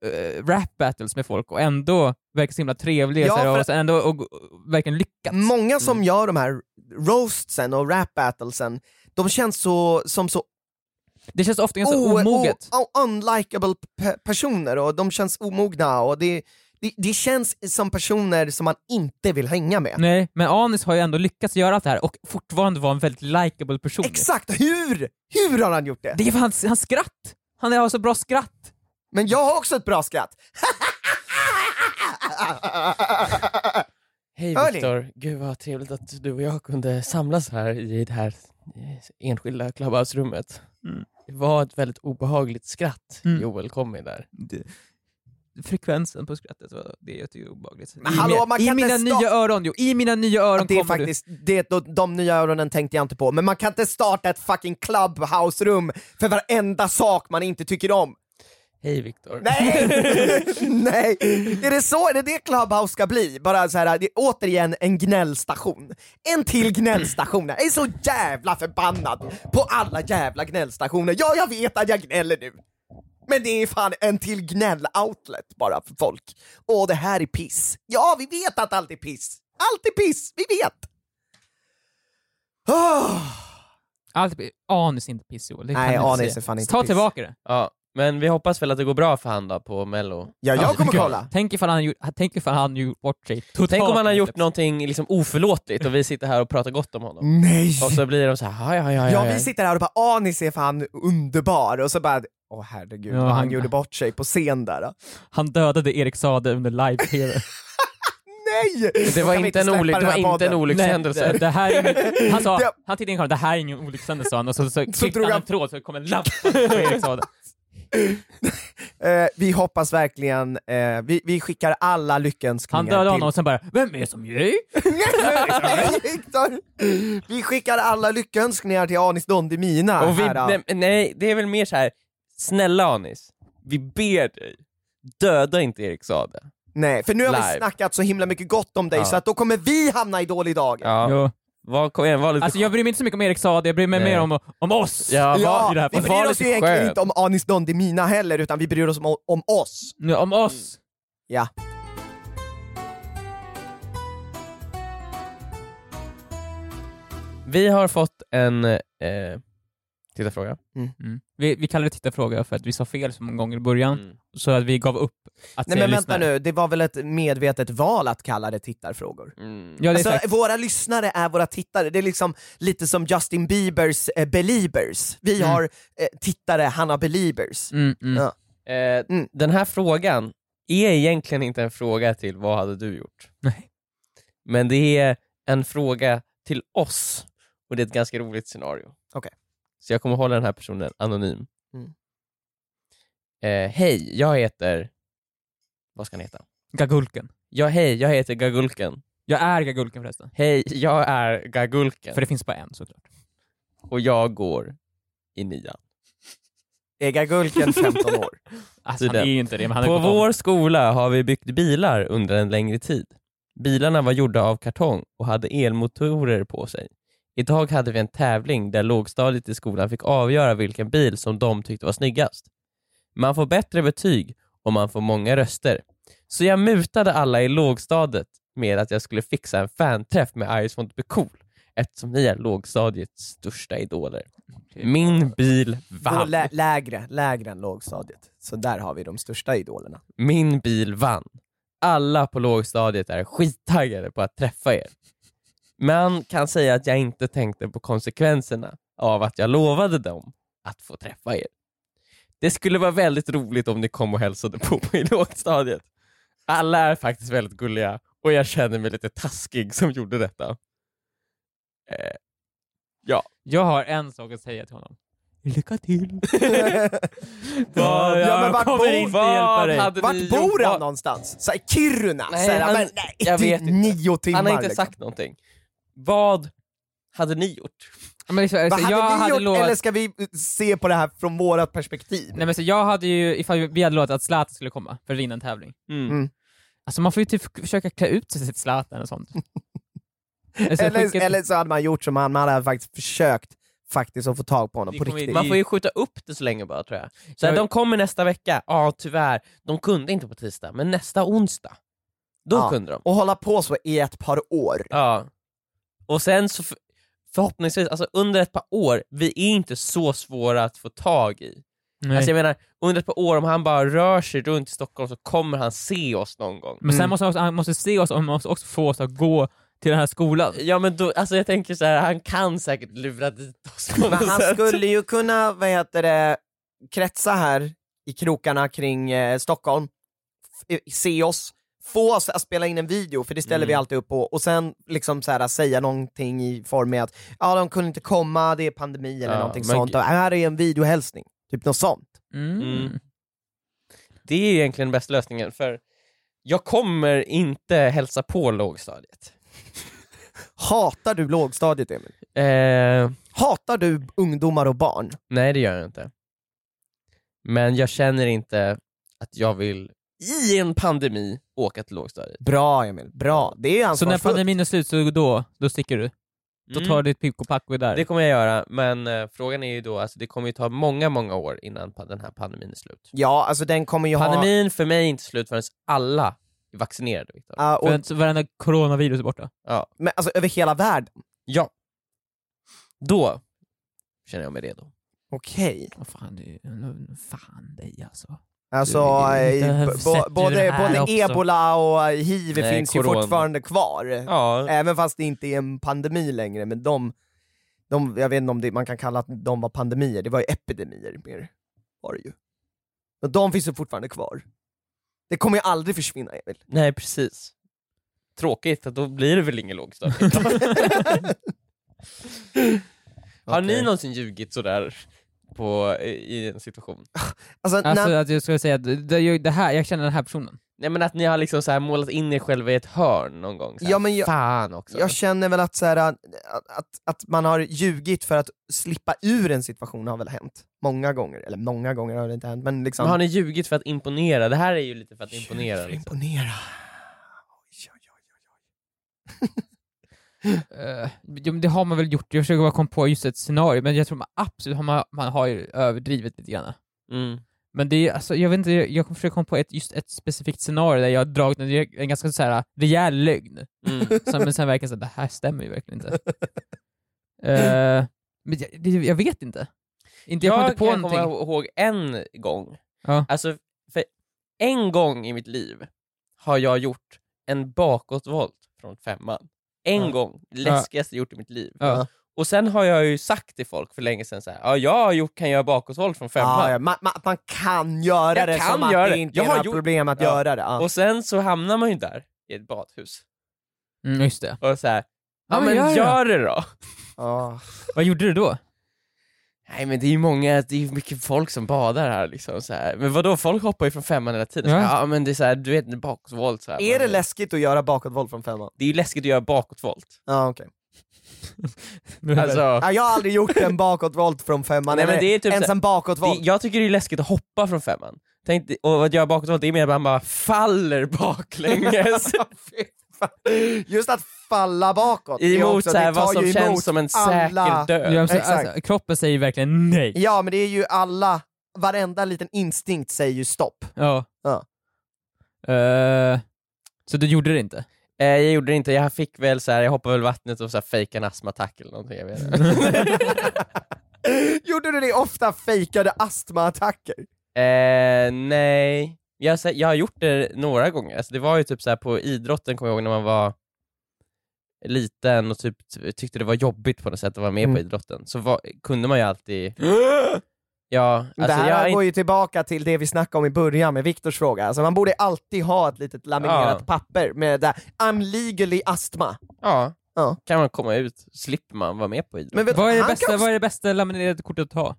eh, rap battles med folk och ändå verkar så himla trevliga Ja, såhär, för- Mm. och, sen ändå, och, och verkligen lyckats. Många som Mm. gör de här roastsen och rap battlesen, de känns så, som så Det känns ofta ganska o- omoget. o- o- unlikable pe- personer och de känns omogna och det, det, det känns som personer som man inte vill hänga med. Nej, men Anis har ju ändå lyckats göra allt det här och fortfarande vara en väldigt likable person. Exakt! Hur? Hur har han gjort det? Det är för hans, hans skratt! Han har så bra skratt. Men jag har också ett bra skratt! Hej Hörni. Viktor, gud vad trevligt att du och jag kunde samlas här i det här eh, enskilda Clubhouse-rummet. Mm. Det var ett väldigt obehagligt skratt Mm. Joel kom med där. Frekvensen på skrattet var det jag tycker är obehagligt. Men hallå, man I, min- i kan mina inte stå- nya öron, jo, i mina nya öron det är kommer faktiskt, det, de, de nya öronen tänkte jag inte på, men man kan inte starta ett fucking clubhouse-rum för varenda sak man inte tycker om. Hej Viktor. Nej! [LAUGHS] Nej! Är det så? Är det det Clubhouse ska bli? Bara så här, det är återigen en gnällstation. En till gnällstation. Jag är så jävla förbannad på alla jävla gnällstationer. Ja, jag vet att jag gnäller nu. Men det är fan en till gnäll-outlet bara för folk. Åh, det här är piss. Ja, vi vet att allt är piss. Allt är piss, vi vet! Ah. Åh. du... Allt, Anis är inte piss Joel, det kan Nej, jag inte Anis säga. är fan inte Ta piss. tillbaka det. Ja, men vi hoppas väl att det går bra för han då på mello. Ja, jag kommer Gud. kolla. Tänk ifall han, gjort- tänk ifall han gjort bort sig totalt. Tänk om han har gjort någonting liksom oförlåtligt och vi sitter här och pratar gott om Mm. honom. Nej! Och så blir de så här, ja ja ja Ja, ja. vi sitter här och bara Anis är fan underbar och så bara Åh herregud Ja, vad han, han- gjorde bort sig på scen där. Han dödade Erik Saade under live-tv. [LAUGHS] Nej! Det Då var kan vi inte en, släppa olyck, den det här var inte en podden. Nej, olyckshändelse. det, det här är ingen, han sa, Ja. han tittade in i kameran, det här är ingen olyckshändelse sa han och så, så, klippte drog han han- en tråd så det kom en lapp på [LAUGHS] Erik Saade. Eh, vi hoppas verkligen, eh, vi, vi skickar alla lyckönskningar Han dödade till... honom och sen bara “Vem är det som gör?” [LAUGHS] Nej, Viktor! Vi skickar alla lyckönskningar till Anis Don Demina. Och vi, här, nej, nej, det är väl mer så här, snälla Anis, vi ber dig, döda inte Erik Saade. nej, för nu har live. vi snackat så himla mycket gott om dig Ja. så att då kommer vi hamna i dålig dag. Ja. Jo. Var, kom igen, var lite Alltså jag bryr mig inte så mycket om Erik Saade, jag bryr mig Nej. mer om, om oss. Ja, Ja, i det här vi fallet. Var bryr oss lite ju egentligen skön. inte om Anis Don Demina heller utan vi bryr oss om, om oss. Nu, om oss. Ja. Vi har fått en eh, Titta fråga. Mm. Vi, vi kallar det tittarfråga för att vi sa fel så många gånger i början, Mm. så att vi gav upp att Mm. Nej säga men vänta lyssnare. nu, det var väl ett medvetet val att kalla det tittarfrågor? Mm. Ja, det är Alltså, sagt. våra lyssnare är våra tittare, det är liksom lite som Justin Biebers eh, Beliebers. Vi Mm. har eh, tittare, han har Beliebers. Mm, mm. Ja. Eh, Mm. Den här frågan är egentligen inte en fråga till vad hade du gjort? Nej. Men det är en fråga till oss och det är ett ganska roligt scenario. Okej. Så jag kommer hålla den här personen anonym. Mm. Eh, hej, jag heter... Vad ska han heta? Gagulken. Ja, hej, jag heter Gagulken. Jag är Gagulken förresten. Hej, jag är Gagulken. För det finns bara en såklart. Och jag går i nian. Ega [LAUGHS] Gulken 15 år. Alltså, han Tydligen. är ju inte det, men han På är gått om. vår skola har vi byggt bilar under en längre tid. Bilarna var gjorda av kartong och hade elmotorer på sig. Idag hade vi en tävling där lågstadiet i skolan fick avgöra vilken bil som de tyckte var snyggast. Man får bättre betyg och man får många röster. Så jag mutade alla i lågstadiet med att jag skulle fixa en fanträff med Ice Won't Be Cool eftersom ni är lågstadiets största idoler. Min bil Gå vann. lä- lägre, lägre än lågstadiet. Så där har vi de [LAUGHS] största idolerna. Min bil vann. Alla på lågstadiet är skittaggade på att träffa er. Man kan säga att jag inte tänkte på konsekvenserna av att jag lovade dem att få träffa er. Det skulle vara väldigt roligt om ni kom och hälsade på mig i lågstadiet. Alla är faktiskt väldigt gulliga och jag känner mig lite taskig som gjorde detta. Eh, Jag har en sak att säga till honom. Lycka [LAUGHS] till! Vad- Ja, men vart kommer bor- inte vad hjälpa dig. hade ni Vart bor gjort? han någonstans? Så här, Kiruna? Nej, så här, han- men, nej, jag typ vet inte. nio timmar. Han har inte liksom. sagt någonting. Vad hade ni gjort? Ja, Men liksom, alltså, Vad hade jag vi hade gjort, lovat... eller ska vi eh, se på det här från vårat perspektiv? Nej, men så jag hade ju, ifall vi hade lovat att Zlatan skulle komma för att vinna en tävling. Mm. Alltså man får ju typ försöka klä ut sig till Zlatan och sånt. Alltså, eller, skicka- eller så hade man gjort som han, man hade faktiskt försökt faktiskt att få tag på honom Vi på kommer- riktigt. Man får ju skjuta upp det så länge bara tror jag. Så här, Jag- de kommer nästa vecka, ja tyvärr, de kunde inte på tisdag, men nästa onsdag, då Ja. kunde de. Och hålla på så i ett par [LAUGHS] år. Ja. Och sen så för, förhoppningsvis, alltså under ett par år, vi är inte så svåra att få tag i. Nej. Alltså jag menar, under ett par år om han bara rör sig runt i Stockholm så kommer han se oss någon gång. Men sen Mm. måste han, också, han måste se oss och han måste också få oss att gå till den här skolan. Ja men då, alltså jag tänker så här, han kan säkert lura dit oss på Men något han sätt. skulle ju kunna, vad heter det, kretsa här i krokarna kring eh, Stockholm, f- eh, se oss, få oss att spela in en video, för det ställer Mm. vi alltid upp på, och sen liksom så här, säga någonting i form med att ja, de kunde inte komma, det är pandemi eller Ja, någonting men- sånt, och här är en videohälsning, typ något sånt. Mm. Mm. Det är ju egentligen bästa lösningen för jag kommer inte hälsa på lågstadiet. Hatar du lågstadiet Emil? Eh, Hatar du ungdomar och barn? nej, det gör jag inte. Men jag känner inte att jag vill i en pandemi åka till lågstadiet. Bra Emil, bra. Det är Så när ansvarsfullt. pandemin är slut, så då, då sticker du? Då tar du ditt pick och pack och är där? Mm. Det kommer jag göra, men eh, frågan är ju då, alltså, det kommer ju ta många, många år innan pa- den här pandemin är slut. Ja, alltså den kommer ju ha... Pandemin för mig är inte slut förrän alla är vaccinerade. Victor. Ja, och, För att varenda coronavirus är borta? men, alltså, över hela världen. Ja. Då känner jag mig redo. Okej. Åh, fan, du, nu- fan dig alltså. Alltså, Du- eh, du b- sätter bo- ju det både, här både också. ebola och hiv Nej, finns ju corona. fortfarande kvar. Ja, Även fast det inte är en pandemi längre, men de, de jag vet inte om det, man kan kalla att de var pandemier, det var ju epidemier mer. Var det ju. Men de finns ju fortfarande kvar. Det kommer ju aldrig försvinna Emil. nej precis. Tråkigt, för då blir det väl ingen lågstadiet. [LAUGHS] [LAUGHS] Har ni Okej. någonsin ljugit sådär på, i, i en situation? Alltså, Alltså när, att jag skulle säga att det, är ju det här, jag känner den här personen. Nej men att ni har liksom så här målat in er själva i ett hörn någon gång. Så här, Ja, men jag- Fan också. jag känner väl att, så här, att, att, att man har ljugit för att slippa ur en situation har väl hänt. Många gånger, eller många gånger har det inte hänt, men liksom... men har ni ljugit för att imponera? Det här är ju lite för att imponera. För att Liksom. imponera. Oj, oj, oj, oj, oj. Eh, jo, men det har man väl gjort, jag försöker bara komma på just ett scenario, men jag tror man absolut har, man, man har ju överdrivit lite grann. Mm. Men det är, alltså, jag vet inte, jag kommer försöka komma på ett, just ett specifikt scenario där jag har dragit en, en ganska så här rejäl lögn, Mm. [LAUGHS] som, men sen verkar det så här, det här stämmer ju verkligen inte. Eh, men jag, det, jag vet inte. Inte jag, Jag, kommer inte på kan någonting. komma ihåg en gång, Ja. alltså för en gång i mitt liv har jag gjort en bakåtvolt från femman. En Ja. gång, läskigaste jag gjort i mitt liv. Ja. Och sen har jag ju sagt till folk för länge sedan så här, ja jag har gjort, kan göra bakåtvolt från femman. Ja, ja, man, man, man kan göra Jag det kan som göra att det. det inte Jag är har några gjort- problem att Ja. göra det. Ja. Och sen så hamnar man ju där i ett badhus Mm, just det. och så här, ja, men men gör gör, det. det då. Ja. Vad gjorde du då? Nej men det är ju många, det är ju mycket folk som badar här liksom så här. Men vadå, folk hoppar ju från femman hela tiden. Ja. Ja, ja men det är så här, du vet bakåtvolt så här. Är det Man- läskigt att göra bakåtvolt från femman? det är ju läskigt att göra bakåtvolt. Ja, okay. Alltså, ja, jag har aldrig [LAUGHS] gjort en bakåtvolt från femman, Nej, men eller det är typ ens så- en det, bakåtvolt. jag tycker det är läskigt att hoppa från femman. Tänk, dig- och att göra bakåtvolt, det är mer att man bara faller [LAUGHS] baklänges. Fy fan. [LAUGHS] Just att falla bakåt är emot också- så här, det tar vad som ju känns emot som en alla- säker död. Ja, men så- exakt. alltså, kroppen säger verkligen nej. Ja men det är ju alla, varenda liten instinkt säger [LAUGHS] ju stopp. Ja. Ja. Eh, så du gjorde det inte? Eh, jag gjorde det inte, jag fick väl så här, jag hoppade väl i vattnet och så här, fejkade en astmaattack eller någonting. Jag vet inte. Gjorde du det ofta, fejkade astmaattacker? Eh, nej, jag, har sä- jag har gjort det några gånger. Alltså, det var ju typ så här på idrotten, kommer jag ihåg, när man var liten och typ ty- tyckte det var jobbigt på något sätt att vara med Mm. på idrotten. Så var, kunde man ju [GASPS] alltid... Ja, det alltså här jag har går inte... ju tillbaka till det vi snackade om i början med Viktors fråga, alltså man borde alltid ha ett litet laminerat Ja. papper med där I'm legally astma. Ja. Ja. Kan man komma ut, slipper man vara med på idrott. Men vet du, Vad är det han bästa, kan- vad är det bästa laminerade kortet att ha?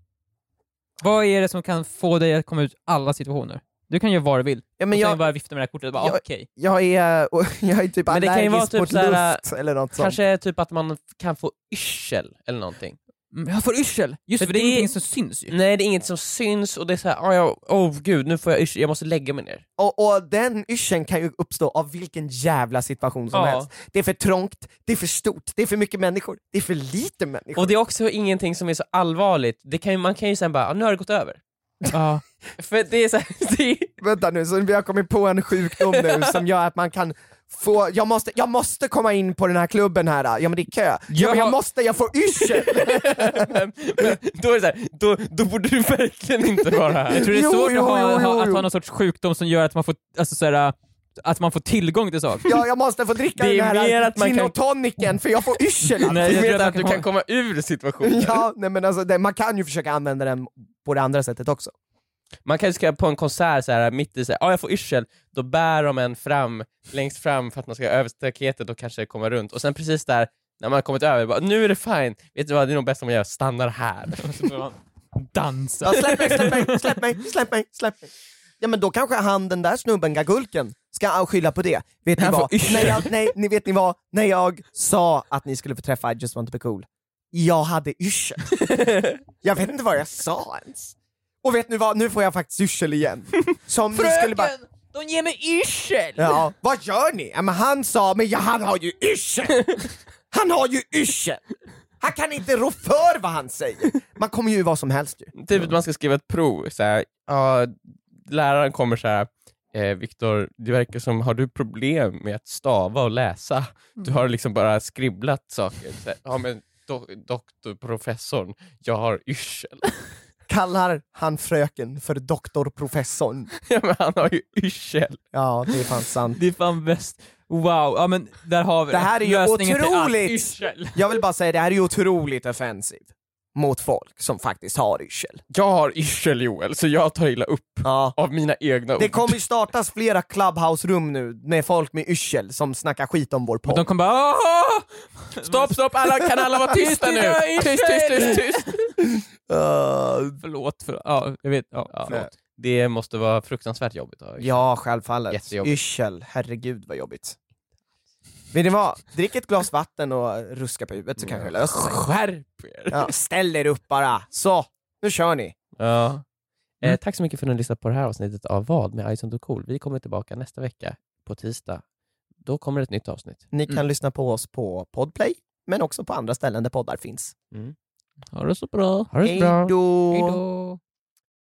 Vad är det som kan få dig att komma ut alla situationer? Du kan göra vad du vill, ja, men men och sen jag, bara vifta med det här kortet och bara Jag- okej. jag, är, [LAUGHS] jag är typ Men det kan ju vara allergisk typ mot så här, luft eller något sånt. Kanske typ att man kan få yrsel eller någonting. Mm, Jag får yrsel! Just för, För det är det- ingenting som syns ju. Nej, det är inget som syns och det är såhär, åh jag, oh, gud, nu får jag yrsel, jag måste lägga mig ner. Och, och den yrseln kan ju uppstå av vilken jävla situation som Ja. helst. Det är för trångt, det är för stort, det är för mycket människor, det är för lite människor. Och det är också ingenting som är så allvarligt, det kan ju, man kan ju sen bara, ah, nu har det gått över. Ja. [LAUGHS] För det är så här, [LAUGHS] det är, Vänta nu, så vi har kommit på en sjukdom [LAUGHS] nu som gör att man kan få, jag måste, jag måste komma in på den här klubben här, ja men det är kö. Ja, men jag har- måste, jag får yrsel! men, men då är det så här, då, då borde du verkligen inte vara Jag här. tror det är Jo, svårt jo, att, ha, jo, jo, ha, att jo. ha någon sorts sjukdom som gör att man får, alltså, så här, att man får tillgång till saker. Ja, jag måste få [LAUGHS] dricka Det är den här mer att man gin kan- och tonicen för jag får [LAUGHS] yrsel! alltså. Nej, jag Du tror vet att man att du kan- kan komma ur situationen. Ja, nej men alltså, det, man kan ju försöka använda den på det andra sättet också. Man kanske ska på en konsert så här, mitt i såhär, ah, jag får yrsel, då bär de en fram, längst fram för att man ska över staketet och kanske komma runt. Och sen precis där, när man har kommit över, bara, nu är det fine, vet du vad, det är nog bäst om jag stannar här. [LAUGHS] Ja, Dansa. släpp mig, släpp mig, släpp mig, släpp mig, släpp mig. Ja men då kanske han den där snubben, Gagulken, ska skylla på det. Vet ni Han vad? får yrsel. När jag, nej, ni vet ni vad? När jag sa att ni skulle få träffa I just want to be cool, jag hade yrsel. Jag vet inte vad jag sa ens. Och vet ni vad? Nu får jag faktiskt yrsel igen. Som ni skulle bara... De ger mig yrsel! Ja, vad gör ni? Ja, men han sa, men ja, han har ju yrsel! Han har ju yrsel! Han kan inte rå för vad han säger. Man kommer ju vad som helst ju. Typ att man ska skriva ett prov, så här, ja, läraren kommer så här. Eh, Viktor, det verkar som, har du problem med att stava och läsa? Du har liksom bara skribblat saker. Så här, ja men do, doktor, professorn, jag har yrsel. [LAUGHS] kallar han fröken för doktorprofessorn. ja men han har ju yrsel. Ja, det är fan sant. Det är fan bäst. Wow, ja men där har vi Det här är ju Lösningen till allt. otroligt! Yrsel. Jag vill bara säga, det här är ju otroligt offensiv mot folk som faktiskt har yrsel. Jag har yrsel Joel, så jag tar illa upp Ja. av mina egna Det ord. kommer ju startas flera clubhouse-rum nu med folk med yrsel som snackar skit om vår Och de podd. kommer bara "Aha!" Stopp, stopp, alla, kan alla vara tysta nu? Jag har yrsel! Tyst, tyst, tyst, tyst. Uh, Förlåt, för, ja, jag vet, ja, Ja. förlåt. Det måste vara fruktansvärt jobbigt. att ha yrsel. ja, självfallet. Jättejobbigt. Yrsel, herregud vad jobbigt. Vet ni vad? Drick ett glas vatten och ruska på huvudet så kanske det löser sig. Skärp er! Ja, ställ er upp bara. Så, nu kör ni. Ja. Mm. Eh, tack så mycket för att ni lyssnade på det här avsnittet av Vad med Ison Cool. Vi kommer tillbaka nästa vecka på tisdag. Då kommer ett nytt avsnitt. Ni kan Mm. lyssna på oss på Podplay, men också på andra ställen där poddar finns. Ha det så bra. Ha det så bra. Hejdå. Hejdå.